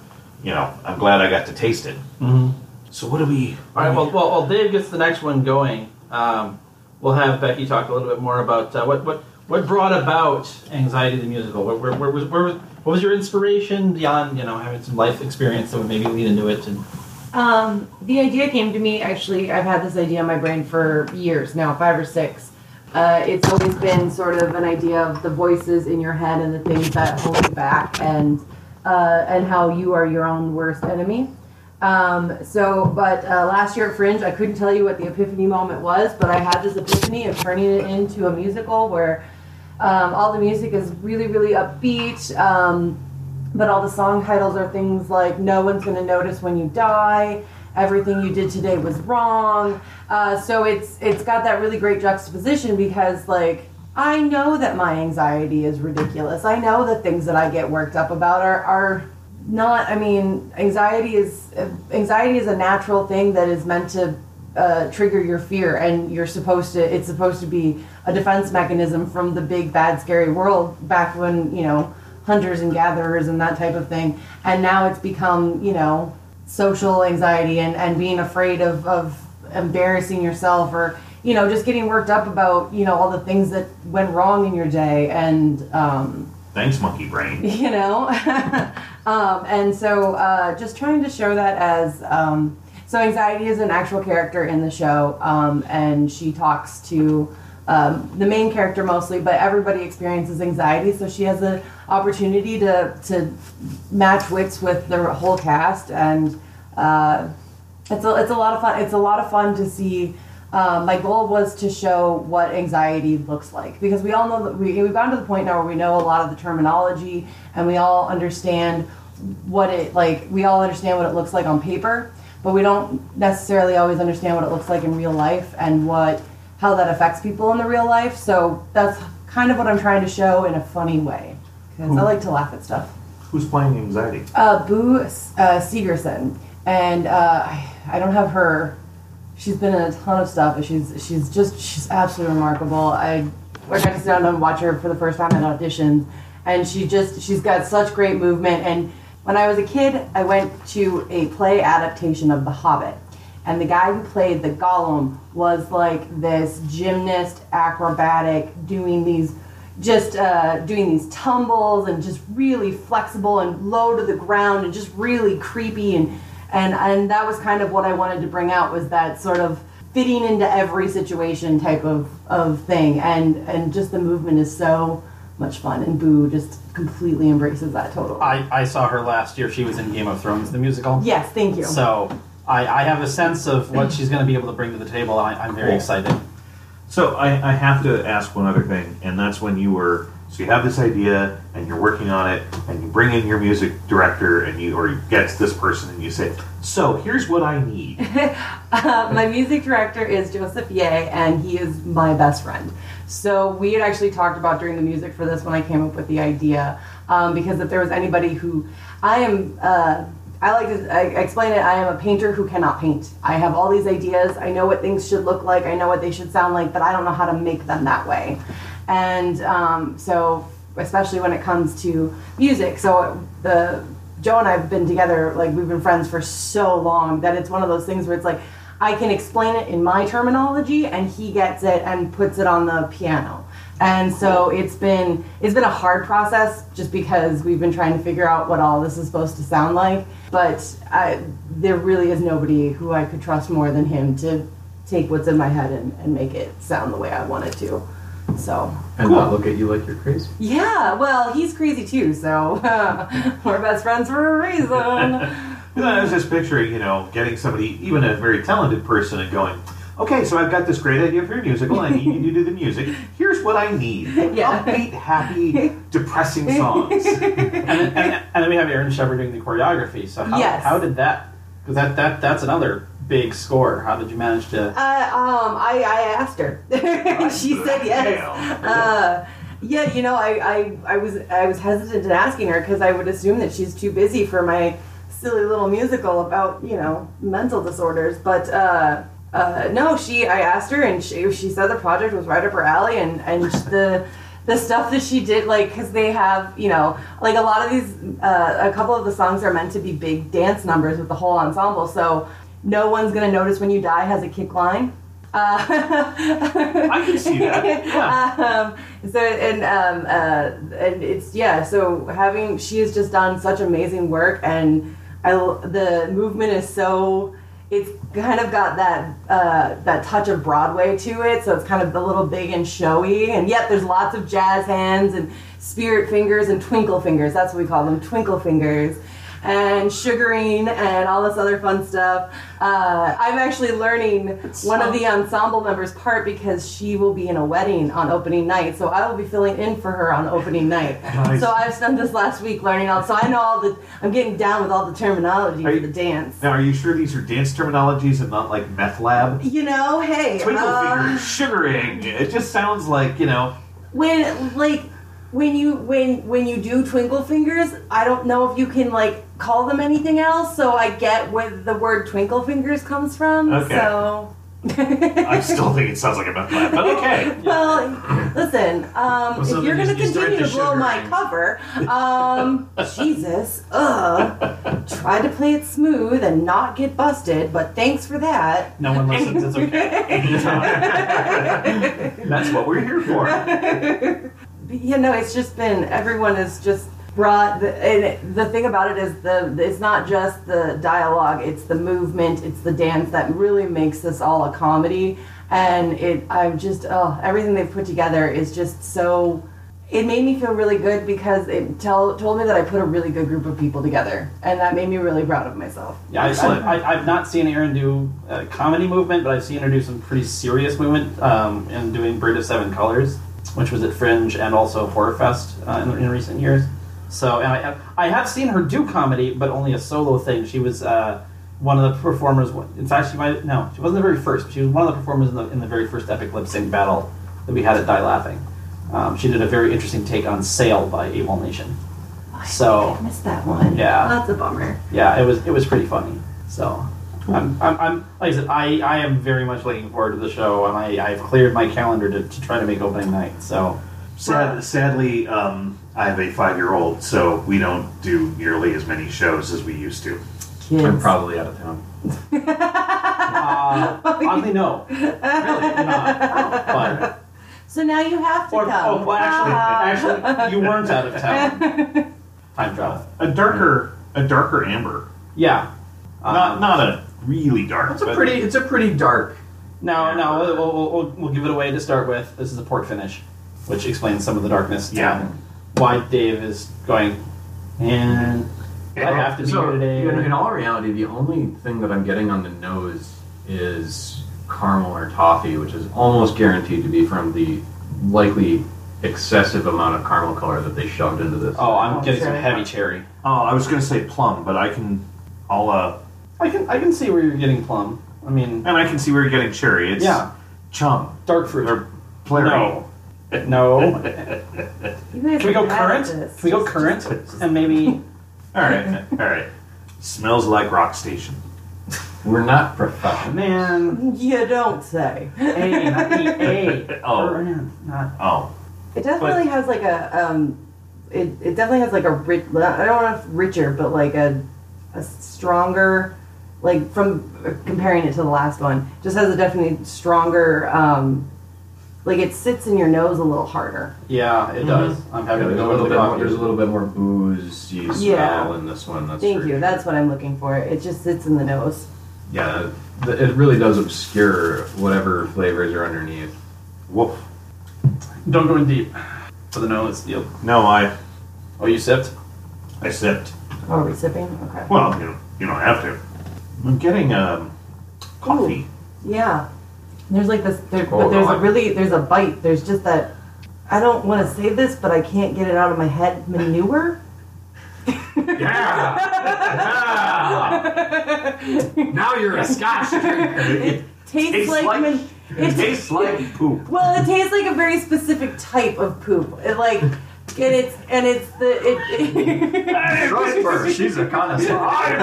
you know, I'm glad I got to taste it.
Mm-hmm.
So what do we?
All right. Well, well, while Dave gets the next one going, um, we'll have Becky talk a little bit more about uh, what what what brought about anxiety the musical. Where, where, where was where was what was your inspiration beyond you know having some life experience that would maybe lead into it? And
Um, the idea came to me actually. I've had this idea in my brain for years now, five or six. Uh, it's always been sort of an idea of the voices in your head and the things that hold you back, and uh, and how you are your own worst enemy. Um, so, but uh, last year at Fringe, I couldn't tell you what the epiphany moment was, but I had this epiphany of turning it into a musical where um, all the music is really, really upbeat. Um, but all the song titles are things like "No One's Gonna Notice When You Die," "Everything You Did Today Was Wrong." Uh, so it's it's got that really great juxtaposition because like I know that my anxiety is ridiculous. I know the things that I get worked up about are are not. I mean, anxiety is uh, anxiety is a natural thing that is meant to uh, trigger your fear, and you're supposed to. It's supposed to be a defense mechanism from the big bad scary world. Back when you know hunters and gatherers and that type of thing. And now it's become, you know, social anxiety and, and being afraid of, of embarrassing yourself or, you know, just getting worked up about, you know, all the things that went wrong in your day. And, um,
Thanks, monkey brain.
you know um, and so uh, just trying to show that as um, so anxiety is an actual character in the show um, and she talks to um, the main character mostly but everybody experiences anxiety so she has an opportunity to to match wits with the whole cast and uh, it's a, it's a lot of fun. It's a lot of fun to see. Um, my goal was to show what anxiety looks like because we all know that we, we've gotten to the point now where we know a lot of the terminology and we all understand what it like. We all understand what it looks like on paper, but we don't necessarily always understand what it looks like in real life and what how that affects people in the real life. So that's kind of what I'm trying to show in a funny way because I like to laugh at stuff
Who's playing the anxiety?
uh, Boo uh, Segerson, and uh, I, I don't have her. She's been in a ton of stuff, and she's she's just she's absolutely remarkable. I I got to sit down and watch her for the first time at auditions, and she just she's got such great movement. And when I was a kid, I went to a play adaptation of The Hobbit, and the guy who played the Gollum was like this gymnast, acrobatic, doing these just uh, doing these tumbles and just really flexible and low to the ground and just really creepy and and and that was kind of what I wanted to bring out was that sort of fitting into every situation type of, of thing and and just the movement is so much fun and Boo just completely embraces that totally.
I, I saw her last year. She was in Game of Thrones the musical.
yes, thank you.
So I, I have a sense of what she's going to be able to bring to the table. and I, I'm very
Cool.
excited.
So I, I have to ask one other thing, and that's when you were So you have this idea and you're working on it, and you bring in your music director and you or you get this person and you say, "So here's what I need."
Uh, my music director is Joseph Ye, and he is my best friend. So we had actually talked about doing the music for this when I came up with the idea, um, because if there was anybody who I am, uh, I like to I I explain it. I am a painter who cannot paint. I have all these ideas. I know what things should look like. I know what they should sound like, but I don't know how to make them that way. And um, so, especially when it comes to music, so the Joe and I have been together, like we've been friends for so long that it's one of those things where it's like I can explain it in my terminology and he gets it and puts it on the piano. And so it's been it's been a hard process just because we've been trying to figure out what all this is supposed to sound like. But I, there really is nobody who I could trust more than him to take what's in my head and, and make it sound the way I want it to. So
And
Cool.
not look at you like you're crazy.
yeah, well, he's crazy too, so we're best friends for a reason.
And I was just picturing, you know, getting somebody, even a very talented person, and going, okay, so I've got this great idea for your musical. I need you to do the music. Here's what I need
Yeah.
upbeat, happy, depressing songs.
and, then- and, and then we have Aaron Shepard doing the choreography. So how,
Yes.
how did that? Because that, that that's another big score. How did you manage to?
Uh, um, I, I asked her. she said yes. Uh, yeah, you know, I, I, I was I was hesitant in asking her because I would assume that she's too busy for my silly little musical about you know mental disorders. But uh, uh, no, she I asked her and she she said the project was right up her alley and and the. The stuff that she did, like, because they have, you know, like a lot of these, uh, a couple of the songs are meant to be big dance numbers with the whole ensemble. So, no one's gonna notice when you die has a kick line. Uh,
I can see that. Yeah.
um, so and um, uh, and it's yeah. So having she has just done such amazing work, and I l- the movement is so it's kind of got that uh, that touch of Broadway to it. So it's kind of a little big and showy, and yet there's lots of jazz hands and spirit fingers and twinkle fingers. That's what we call them, twinkle fingers. And sugaring and all this other fun stuff. Uh, I'm actually learning one of the ensemble members' part because she will be in a wedding on opening night, so I will be filling in for her on opening night.
Nice.
So I've spent this last week learning all. So I know all the. I'm getting down with all the terminology
Are
for
you-
the dance.
Now, are you sure these are dance terminologies and not like meth lab?
You know, hey,
Twinkle
uh,
finger, sugaring. It just sounds like, you know,
when like when you when when you do twinkle fingers, I don't know if you can like call them anything else. So I get where the word twinkle fingers comes from.
Okay.
So.
I still think it sounds like a meth lab, but okay.
Well, listen. Um,
so
if you're
then
going to
you- you start
continue to
the
blow my
sugaring.
cover, um, Jesus, ugh. Tried to play it smooth and not get busted, but thanks for that.
No one listens. It's okay.
That's what we're here for.
But, you know, it's just been everyone is just brought. The, and it- the thing about it is the it's not just the dialogue; it's the movement, it's the dance that really makes this all a comedy. And it, I'm just, oh, everything they've put together is just so. It made me feel really good because it tell, told me that I put a really good group of people together, and that made me really proud of myself.
Yeah, I,
Excellent.
I, I, I've not seen Aaron do uh, comedy movement, but I've seen her do some pretty serious movement um, in doing Bird of Seven Colors, which was at Fringe and also Horror Fest uh, in, in recent years. So, and I have, I have seen her do comedy, but only a solo thing. She was uh, one of the performers. In fact, she might no, she wasn't the very first. But she was one of the performers in the, in the very first epic lip sync battle that we had at Die Laughing. Um, she did a very interesting take on "Sail" by Evil Nation. So.
I missed that one.
Yeah.
that's a bummer.
yeah, it was it was pretty funny. So I'm, I'm, I'm like I said, I, I am very much looking forward to the show, and I, I've cleared my calendar to, to try to make opening night. So
Sad, sadly, um, I have a five-year-old, so we don't do nearly as many shows as we used to.
Kids.
probably out of town.
uh,
Oh,
oddly, no, really not. But
So now you have to
or,
come.
oh, well, actually,
Ah.
actually, you weren't out of town. Time travel.
A darker, a darker amber.
Yeah.
not
Um,
not a really dark.
It's a
but-
pretty. It's a pretty dark.
No, no, we'll, we'll, we'll, we'll give it away to start with. This is a port finish, which explains some of the darkness.
Yeah.
and Why Dave is going, and I have to be here
So,
today.
in, in all reality, the only thing that I'm getting on the nose is caramel or toffee, which is almost guaranteed to be from the likely
excessive amount of caramel color that they shoved into this.
Oh, I'm getting some
Cherry.
heavy cherry.
Oh, I was gonna say plum, but I can, I'll, uh,
I can I can see where you're getting plum. I mean,
and I can see where you're getting cherry. It's
Yeah.
chum
dark fruit.
or plary.
No. No.
You guys
Can we go
are bad at
current? Can
this.
we go current? And maybe
All right, all right. Smells like rock station.
We're not professional.
man.
You don't say.
A, not E, A.
Oh.
Current, not-
Oh,
It definitely has like a um, it, it definitely has like a rich. I don't know if richer, but like a a stronger, like from uh, comparing it to the last one, just has a definitely stronger um, like it sits in your nose a little harder.
Yeah, it does. I'm happy
There's a
to go with
little
the
bit more. There's a
coffee.
little bit more booze you smell
Yeah.
in this one. That's
Thank
for
you.
sure.
That's what I'm looking for. It just sits in the nose.
Yeah, th- it really does obscure whatever flavors are underneath.
whoop.
Don't go in deep for the nose. Yep.
No, I,
Oh, you sipped.
I sipped.
Oh, are we sipping? Okay.
Well, you, you don't have to. I'm getting um, coffee.
Yeah. There's like this, there, but
Hold
there's a
on.
really, there's a bite. There's just that. I don't want to say this, but I can't get it out of my head. Manure.
Yeah. Ah,
Now you're a Scotch drinker.
It tastes, like, man-
it tastes like poop.
well, it tastes like a very specific type of poop. It like and it's and it's the it.
Trust her. She's a connoisseur.
I'm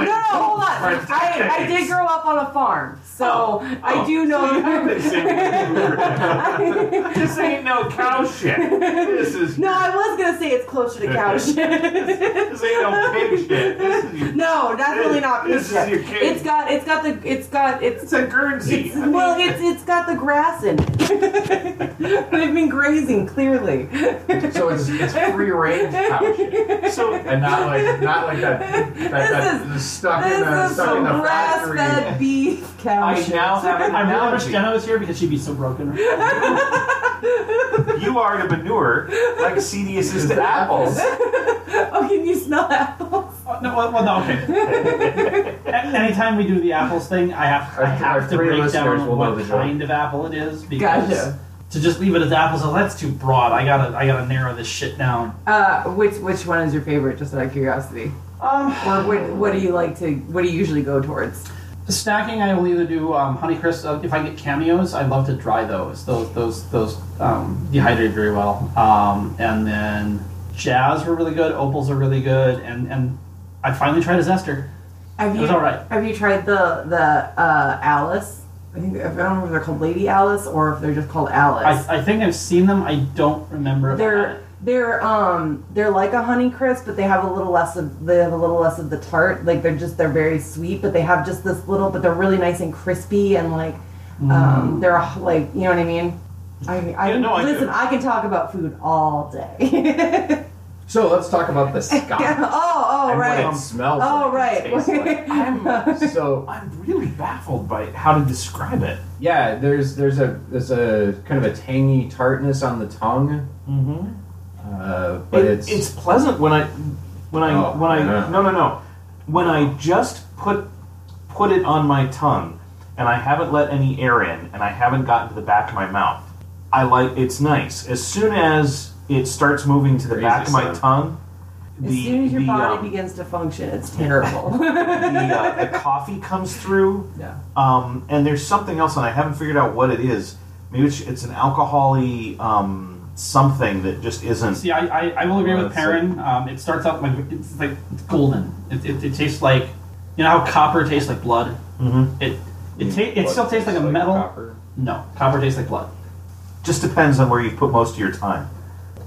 a, no, no, hold on. I, I did grow up on a farm, so
Oh,
I do know.
this ain't no cow shit. This is
No, I was gonna say it's closer to cow shit.
this ain't no pig shit. This is your,
No, definitely not
This
pizza.
is your cake.
It's got it's got the it's got
it's
it's,
a Guernsey.
it's well it's it's got the grass in it. They've been grazing clearly.
So it's, it's free range cow shit.
so
And not like not like that that, that stuck in the
this is
stuck in
some
the
grass
factory.
fed beef cow
I
shit.
now have an
I really
analogy.
wish Jenna
was here because she'd be so broken.
you are to manure like Cedius is
It's
to apples.
Oh, can you smell apples?
Oh, no, well, well, no, okay. Any- Anytime we do the apples thing, I have
Our-
I have
our
to
three
break
listeners
down
will know
what
the joke.
kind of apple it is because
Gotcha.
to just leave it as apples, oh, that's too broad. I gotta I gotta narrow this shit down.
Uh, which which one is your favorite? Just out of curiosity.
Um,
Or what what do you like to what do you usually go towards?
Snacking, I will either do um, Honeycrisp. Uh, if I get cameos, I love to dry those. Those those those um, dehydrate very well. Um, and then jazz were really good. Opals are really good. And and I finally tried a zester.
Have
It
you
was all right.
have you tried the the uh, Alice? I think I don't remember if they're called Lady Alice or if they're just called Alice.
I, I think I've seen them. I don't remember. if I had
They're
it.
they're um they're like a honey crisp, but they have a little less of they have a little less of the tart. Like they're just they're very sweet, but they have just this little. But they're really nice and crispy and like um they're a- like you know what I mean. I, I
Mm. Yeah, no, I do.
listen. I, can talk about food all day.
So let's talk about the Scotch.
oh, oh,
and What
right.
it smells
Oh,
like, it
right.
tastes like. so
I'm really baffled by how to describe it.
yeah, there's there's a there's a kind of a tangy tartness on the tongue,
Mm-hmm.
uh, but
It-
it's,
pleasant when I when I
Oh,
when I
yeah.
no no no when I just put put it on my tongue and I haven't let any air in and I haven't gotten to the back of my mouth. I like it's nice. As soon as it starts moving to the
Crazy
back of my
sound.
tongue, the
As soon as your
the,
body
um,
begins to function, it's terrible.
the, uh, the coffee comes through.
Yeah.
Um, and there's something else, and I haven't figured out what it is. Maybe it's, it's an alcoholy um, something that just isn't.
See, I, I, I will agree
Uh,
Well,
with
that's like-
Perrin. Um, it starts out like it's like it's golden. It, it, it tastes like you know how copper tastes like blood.
Mhm.
It it, ta- it still tastes like a metal.
copper.
No, copper tastes like blood.
Just depends on where you put most of your time.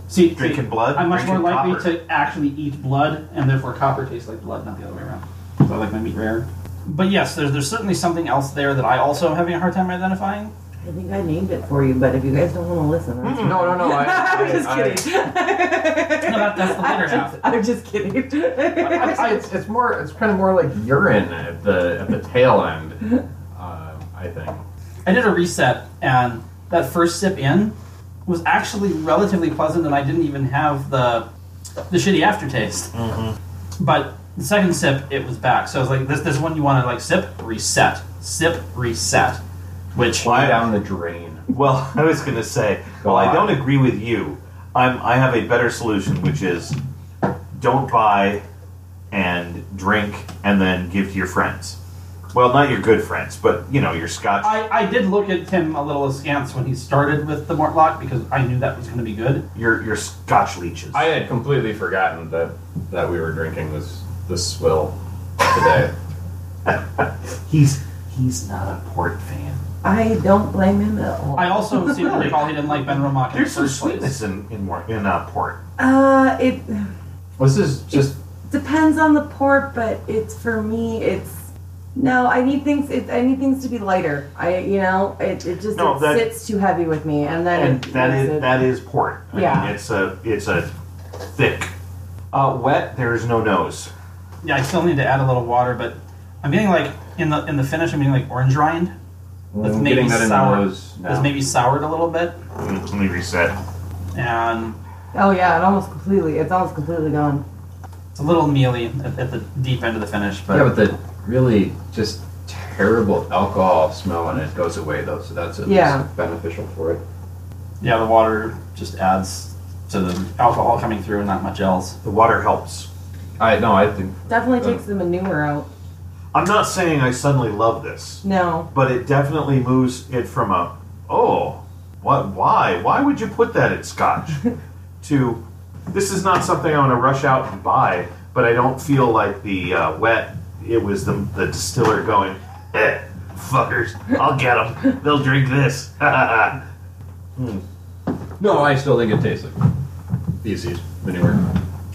See, see,
Drinking blood.
I'm much more
drinking
likely
copper.
to actually eat blood, and therefore copper tastes like blood, not the other way around. 'Cause I like my meat rare. But yes, there's, there's certainly something else there that I also am having a hard time identifying.
I think I named it for you, but if you guys don't want to listen, that's
No, no, no. I,
I'm
I-
just
I-
kidding.
No, that- that's the latter
I'm
half.
just, I'm just kidding.
I- I- it's, it's more. It's kind of more like urine at the at the tail end. Uh, I think.
I did a reset, and that first sip in was actually relatively pleasant, and I didn't even have the the shitty aftertaste.
Mm-hmm.
But the second sip, it was back. So I was like, "This this one you want to like sip, reset, sip, reset," which
Fly down the drain.
Well, I was going to say, well, I don't agree with you. I'm, I have a better solution, which is don't buy and drink and then give to your friends. Well, not your good friends, but you know your Scotch.
I, I did look at him a little askance when he started with the Mortlock because I knew that was going to be good.
your your Scotch leeches.
I had completely forgotten that that we were drinking this this swill today.
he's he's not a port fan.
I don't blame him at all.
I also seem to recall he didn't like Ben Romack in
There's
the
some
first
sweetness
place.
in in, mor- in uh, port.
Uh, it
This is just
depends on the port, but it's for me. It's no. I need things. It, I need things to be lighter. I you know it, it just
No,
it
that-
sits too heavy with me, and then
And
it,
that
makes
is
it-
that is port. I
Yeah.
mean, it's a it's a thick. Uh, wet. There is no nose.
Yeah, I still need to add a little water, but I'm getting like in the in the finish. I'm getting like orange rind. That's
I'm
maybe
getting that in the
sour.
nose now.
That's maybe soured a little bit,
Mm, Let me reset.
and
oh yeah, it almost completely. It's almost completely gone.
it's a little mealy at, at the deep end of the finish. But
Yeah, but the really just terrible alcohol smell and it goes away though, so that's at
Yeah.
least
beneficial for it.
yeah, the water just adds to the alcohol coming through, and not much else.
The water helps.
I no, I think
Definitely takes the manure out.
I'm not saying I suddenly love this,
No,
but it definitely moves it from a oh, what? Why? Why would you put that in scotch? to this is not something I want to rush out and buy, but I don't feel like the uh, wet. It was the the distiller going, eh, fuckers, I'll get them. They'll drink this.
No, I still think it tastes like feces manure.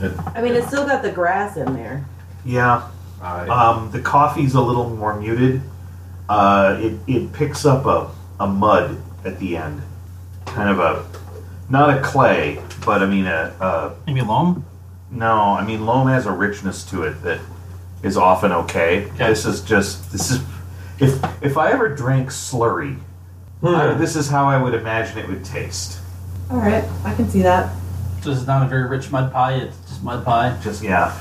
It,
I mean it's still got the grass in there.
yeah.
I,
Uh,
Um, the coffee's a little more muted. Uh, it, it picks up a, a mud at the end. Kind of a, not a clay, but I mean a, a,
Maybe loam.
no, I mean loam has a richness to it that is often okay.
Yeah.
This is just, this is, if, if I ever drank slurry, I-
Hmm.
this is how I would imagine it would taste.
All right, I can see that.
So this is not a very rich mud pie. It's just mud pie.
Just, yeah.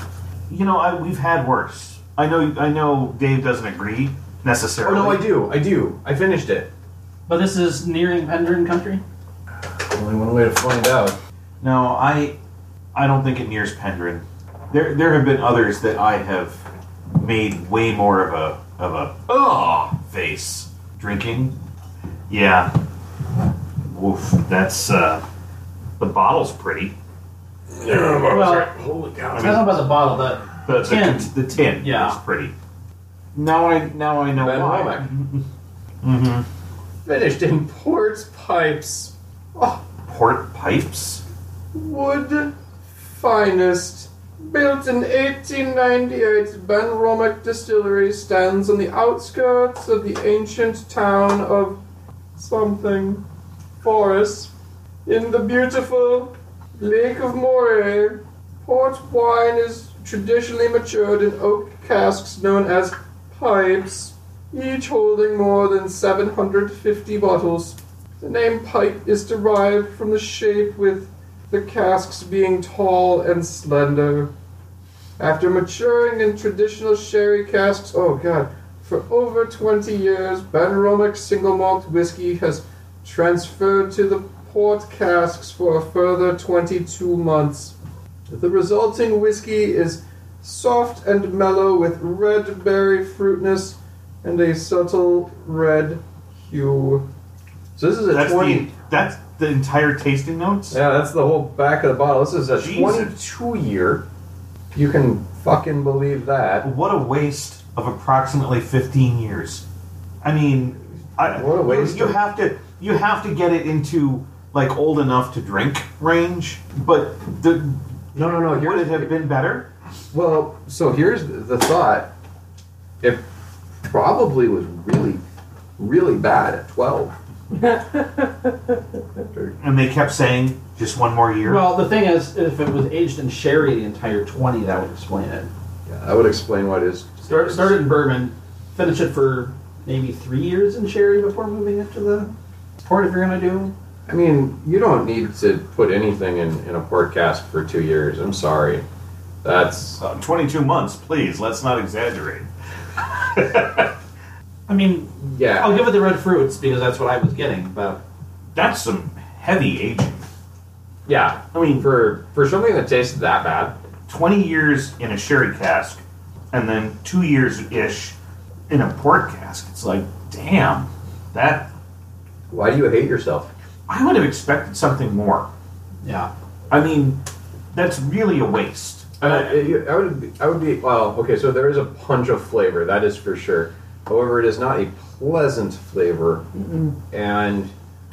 You know, I, we've had worse. I know, I know Dave doesn't agree
oh
necessarily.
no, I do, I do, I finished it.
But this is nearing Pendrin country.
Only one way to find out.
No, I I don't think it nears Pendrin. There there have been others that I have made way more of a of a oh face drinking. Yeah. Woof, that's uh the bottle's pretty.
Well,
Oh, Holy cow.
I don't know about the bottle, but
the, the
tin.
the tin
Yeah.
is pretty. Now I now I know
Ben
why.
Womack.
hmm
Finished in Port's pipes. Oh,
Port pipes?
wood finest. Built in 1898, Ben Romack Distillery stands on the outskirts of the ancient town of something, Forest, in the beautiful Lake of Moray. Port wine is traditionally matured in oak casks known as pipes, each holding more than 750 bottles. The name pipe is derived from the shape with the casks being tall and slender. After maturing in traditional sherry casks, oh god, for over 20 years, Ben Romack single malt whiskey has transferred to the port casks for a further 22 months. The resulting whiskey is soft and mellow with red berry fruitness and a subtle red hue. So this is a
That's
20
the that's the entire tasting notes?
yeah, that's the whole back of the bottle. This is a
Jesus.
22 year. You can fucking believe that.
What a waste of approximately 15 years. I mean, I,
What a waste
You
of-
have to you have to get it into like old enough to drink range, but the
No, no, no.
would it
Here's,
have been better?
well, so here's the thought. It probably was really, really bad at 12.
And they kept saying just one more year.
well, the thing is, if it was aged in sherry the entire twenty, that would explain it.
Yeah, that would explain why it is.
Start, started in bourbon, finish it for maybe three years in sherry before moving it to the port if you're gonna do.
I mean, you don't need to put anything in, in a port cask for two years. I'm sorry. That's.
Uh, 22 months, please. Let's not exaggerate.
I mean,
Yeah.
I'll give it the red fruits because that's what I was getting, but
That's some heavy aging.
Yeah, I mean for for something that tastes that bad,
20 years in a sherry cask and then two years ish in a port cask. It's like, damn, that
why do you hate yourself?
I would have expected something more.
Yeah.
I mean, that's really a waste.
And I, I would be- I would be well okay. So there is a punch of flavor that is for sure. However, it is not a pleasant flavor, and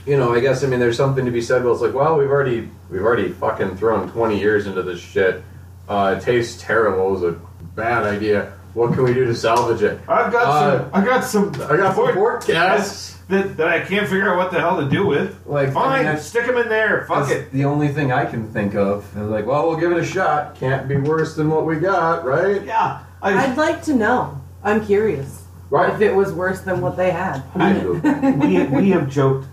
you know I guess I mean there's something to be said. Well, it's like well we've already we've already fucking thrown 20 years into this shit. Uh, it tastes terrible. It was a bad idea. What can we do to salvage it?
I've got
Uh,
some. I got some.
I got some pork
casks
casks.
that, that I can't figure out what the hell to do with.
Like, I mean,
fine,
that's-
stick them in there. Fuck
that's
it.
the only thing I can think of. And like, well, we'll give it a shot. Can't be worse than what we got, right?
Yeah, I,
I'd like to know. I'm curious if
Right.
it was worse than what they had.
we we have joked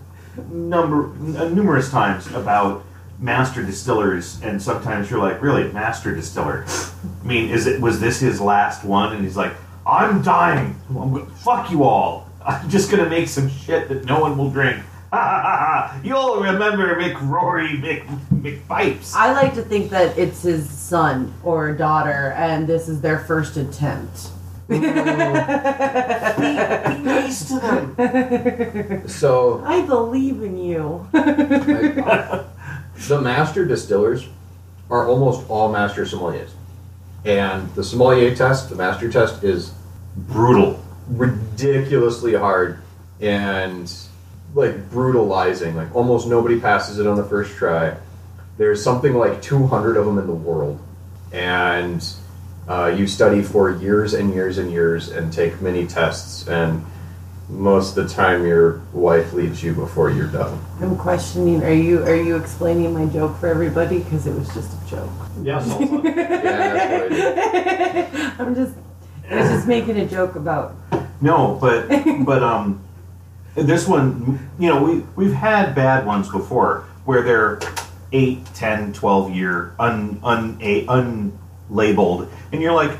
number n- numerous times about master distillers, and sometimes you're like, really, master distiller? I mean, is it was this his last one? And he's like, I'm dying. I'm go- fuck you all. I'm just gonna make some shit that no one will drink. Ha ha ha! ha. You'll remember McRory Mc McPipes.
I like to think that it's his son or daughter, and this is their first attempt.
Be nice to them.
So
I believe in you.
the master distillers are almost all master sommeliers. And the sommelier test, the master test, is
Brutal.
ridiculously hard and like brutalizing. Like almost nobody passes it on the first try. There's something like 200 of them in the world. And uh, you study for years and years and years and take many tests. And most of the time, your wife leaves you before you're done.
I'm questioning. Are you are you explaining my joke for everybody? Because it was just a joke.
Yes.
Yeah, that's what I do.
I'm just. I was just making a joke about.
No, but but um, this one, you know, we we've had bad ones before where they're eight, 10, 12 year un un a unlabeled, and you're like,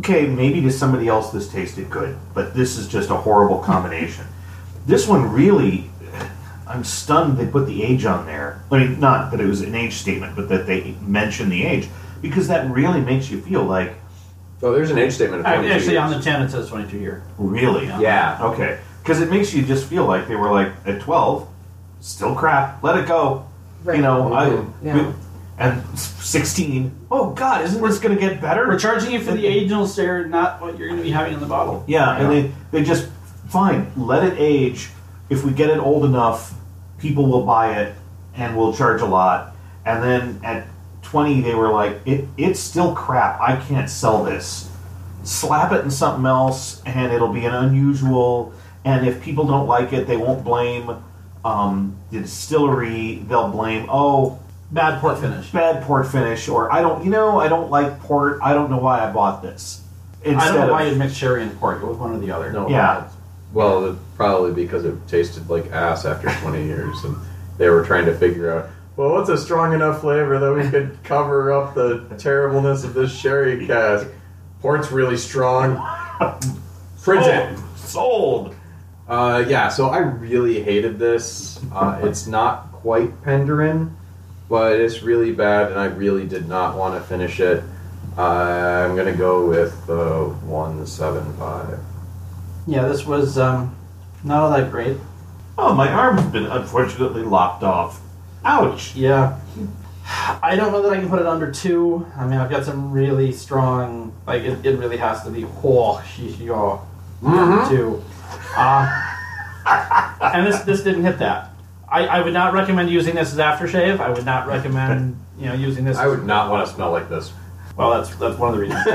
okay, maybe to somebody else this tasted good, but this is just a horrible combination. this one really, I'm stunned they put the age on there. I mean, not that it was an age statement, but that they mentioned the age because that really makes you feel like
Oh, there's an age statement. Of 22
Actually,
years.
on the 10, it says 22 year.
really,
yeah.
Okay, because it makes you just feel like they were like at twelve, still crap. Let it go. You know, I
Mhm.
Yeah.
we- and s- sixteen. Oh God, isn't this going to get better?
We're charging you for the agenal stare, not what you're going to be having in the bottle.
Yeah, and they they just fine. Let it age. If we get it old enough, people will buy it, and we'll charge a lot. And then at twenty, they were like, "It it's still crap. I can't sell this. Slap it in something else, and it'll be an unusual. And if people don't like it, they won't blame um, the distillery. They'll blame oh."
Bad port finish.
Bad port finish, or I don't, you know, I don't like port. I don't know why I bought this. Instead
I don't
of-
know why you'd mix sherry and port. It was one or the other.
No.
Yeah.
Well, it- probably because it tasted like ass after 20 years, and they were trying to figure out. Well, what's a strong enough flavor that we could cover up the terribleness of this sherry cask? Port's really strong. Print it.
"Oh, Sold.
Uh, yeah. So I really hated this. Uh, it's not quite Penderin, but it's really bad, and I really did not want to finish it. Uh, I'm gonna go with uh, one seven five.
Yeah, this was um, not all that great.
Oh, my arm's been unfortunately lopped off. Ouch.
Yeah. I don't know that I can put it under two. I mean, I've got some really strong, like, it, it really has to be whoa, yo,
Mm-hmm.
two. Uh, and this this didn't hit that. I, I would not recommend using this as aftershave. I would not recommend, you know, using this.
I would not want to smell like this.
well, that's that's one of the reasons.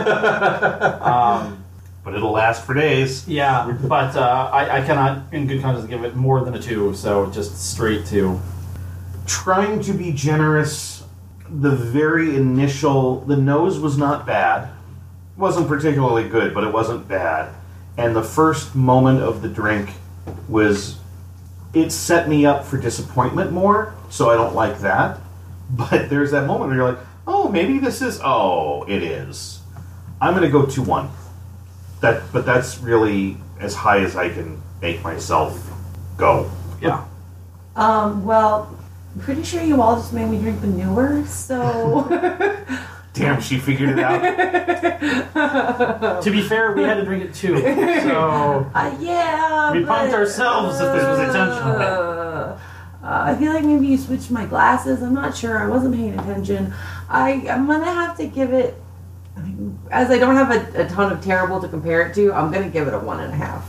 um,
But it'll last for days.
yeah, but uh, I, I cannot, in good conscience, give it more than a two. So just straight two.
Trying to be generous, the very initial, the nose was not bad. Wasn't particularly good, but it wasn't bad. And the first moment of the drink was, it set me up for disappointment more, so I don't like that. But there's that moment where you're like, oh, maybe this is, oh, it is. I'm going to go 2 1. That, but that's really as high as I can make myself go.
Yeah.
Um, well, pretty sure you all just made me drink manure, so.
Damn, she figured it out.
To be fair, we had to drink it too. So
Uh, yeah.
We punked
but,
ourselves if this was intentional.
uh, I feel like maybe you switched my glasses. I'm not sure. I wasn't paying attention. I I'm gonna have to give it. As I don't have a, a ton of terrible to compare it to, I'm gonna give it a one and a half.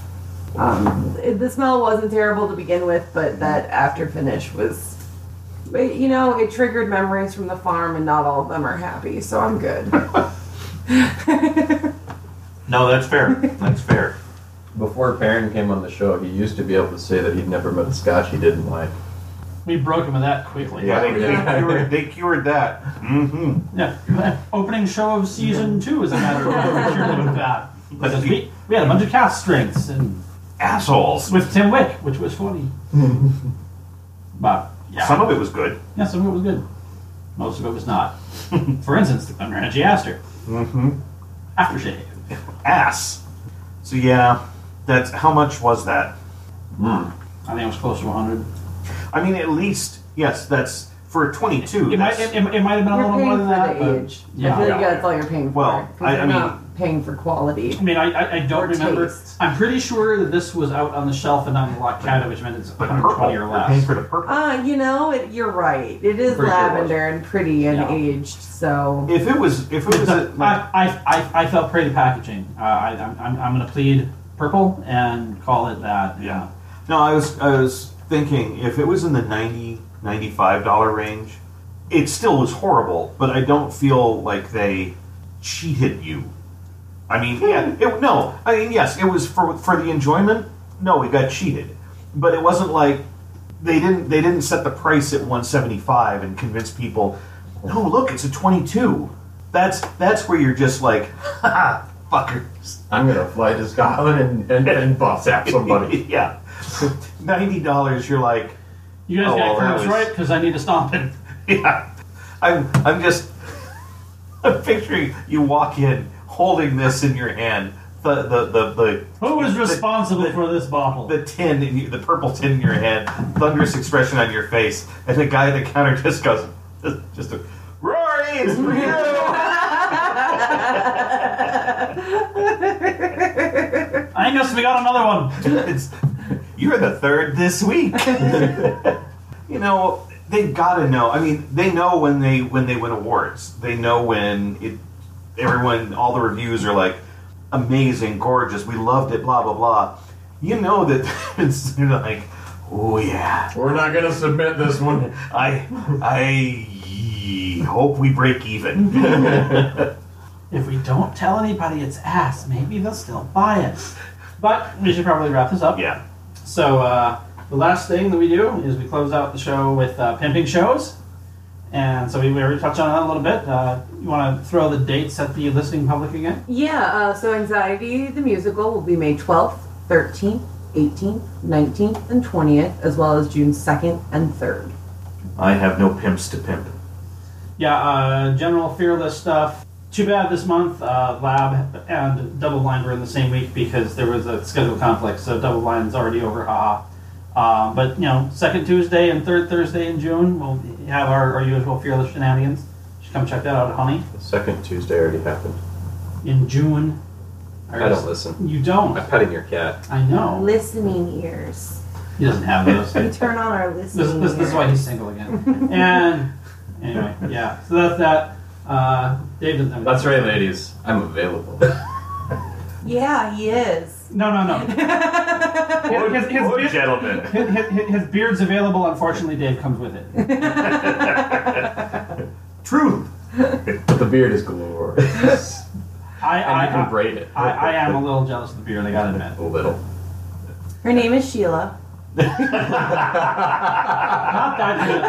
Um, it- the smell wasn't terrible to begin with, but that after finish was, but, you know, it triggered memories from the farm, and not all of them are happy. So I'm good.
No, Oh, that's fair. That's fair.
Before Perrin came on the show, he used to be able to say that he'd never met a scotch he didn't like.
we broke him with that quickly.
Yeah, they,
Yeah.
They, cured, they cured that. Mm-hmm.
Yeah. Opening show of season two is a matter of fact, we cured him with that. Because we, we had a bunch of cast strengths and
Assholes.
with Tim Wick, which was funny. but yeah,
Some of it was good.
yeah, some of it was good. Most of it was not. For instance, the Clemranchi Aster
Mm-hmm.
aftershave.
Ass. So yeah, that's how much was that?
I think it was close to 100.
I mean, at least yes, that's for twenty-two.
It might,
that's-
it, it might have been a
You're
little
paying
more
for
than that.
the
but-
age. I
yeah.
feel like
Yeah.
that's all you're paying for.
Well,
'cause
I-
you're
I mean-
not paying for quality.
I mean, I, I, I don't
Or
remember.
taste.
I'm pretty sure that this was out on the shelf and not in the Locata, which meant it's
but
120
purple.
or
You're paying
less.
for the purple.
Uh, you know, it, you're right. It is
Pretty sure it was.
lavender and pretty and
Yeah.
aged, so
if it was, if it was, a, like,
I, I, I, I fell prey to packaging. Uh, I, I'm, I'm, I'm going to plead purple and call it that.
Yeah. no, I was, I was thinking if it was in the 90 95 dollar range, it still was horrible. But I don't feel like they cheated you. I mean, yeah, it, no, I mean, yes, it was for for the enjoyment. No, we got cheated, but it wasn't like they didn't they didn't set the price at 175 and convince people. No, look, it's a 22. That's that's where you're just like, ha, ha, fuckers.
I'm gonna fly to Scotland and and, and boss out somebody.
yeah, ninety dollars. You're like,
You guys
Oh,
got
well, that
curves
was-
right because I need to stomp it.
yeah. I'm I'm just I'm picturing you walk in holding this in your hand. The the the the
Who is
the-
responsible
the-
for this bottle?
the tin, in you, the purple tin in your hand, thunderous expression on your face, and the guy at the counter just goes, just a, Rory, it's for you.
Angus, we got another one.
It's- you're the third this week. you know, they gotta know. I mean, they know when they when they win awards. They know when it. Everyone, all the reviews are like, amazing, gorgeous, we loved it, blah blah blah. You know that it's they're like, oh yeah.
We're not gonna submit this one.
I I hope we break even.
If we don't tell anybody it's ass, maybe they'll still buy it. But we should probably wrap this up.
yeah.
So uh, the last thing that we do is we close out the show with uh, pimping shows, and so we we already touched on that a little bit. Uh, you want to throw the dates at the listening public again?
yeah. Uh, so Anxiety the musical will be May 12th, 13th, 18th, 19th, and 20th, as well as June 2nd and 3rd.
I have no pimps to pimp.
Yeah, uh, general fearless stuff. Too bad this month, uh, lab and double blind were in the same week because there was a schedule conflict. So double blind's already over. Haha. Uh, but you know, second Tuesday and third Thursday in June, we'll have our, our usual fearless shenanigans. You should come check that out, honey.
The second Tuesday already happened.
In June,
I don't listen.
You don't.
I'm petting your cat.
I know.
Listening ears.
He doesn't have those.
We turn on our
This,
listening
this, this is why he's single again. And anyway, yeah. So that's that. Uh, Dave doesn't have
That's right, ladies. I'm available.
Yeah, he is.
No, no, no.
Or,
His, his,
or
beard-
gentlemen.
his, his, his beard's available. Unfortunately, Dave comes with it.
Truth.
But the beard is glorious.
I,
and
I,
you can
I,
braid it.
I, I am a little jealous of the beard. I gotta admit.
A little.
Her name is Sheila.
Not that good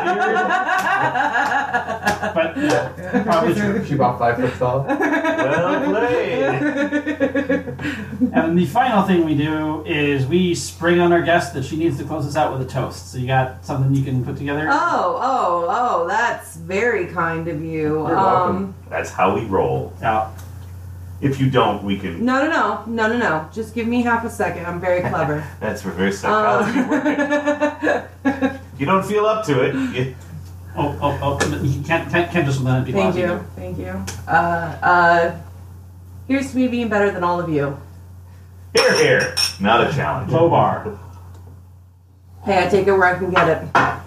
a beard, but yeah, probably true.
She about five foot tall.
Well played.
And the final thing we do is we spring on our guest that she needs to close us out with a toast. So you got something you can put together?
Oh, oh, oh, that's very kind of you.
You're
um,
welcome.
That's how we roll.
Yeah.
If you don't, we can.
No, no, no, no, no, no. Just give me half a second. I'm very clever.
That's reverse
Uh,
psychology. working. you don't feel up to it. You,
Oh, oh, oh! You can't, can't, can't just let it be
Thank
lousy.
you. Thank you. Uh, uh, here's to me being better than all of you.
here, here. Not a challenge.
Low bar.
Hey, I take it where I can get it.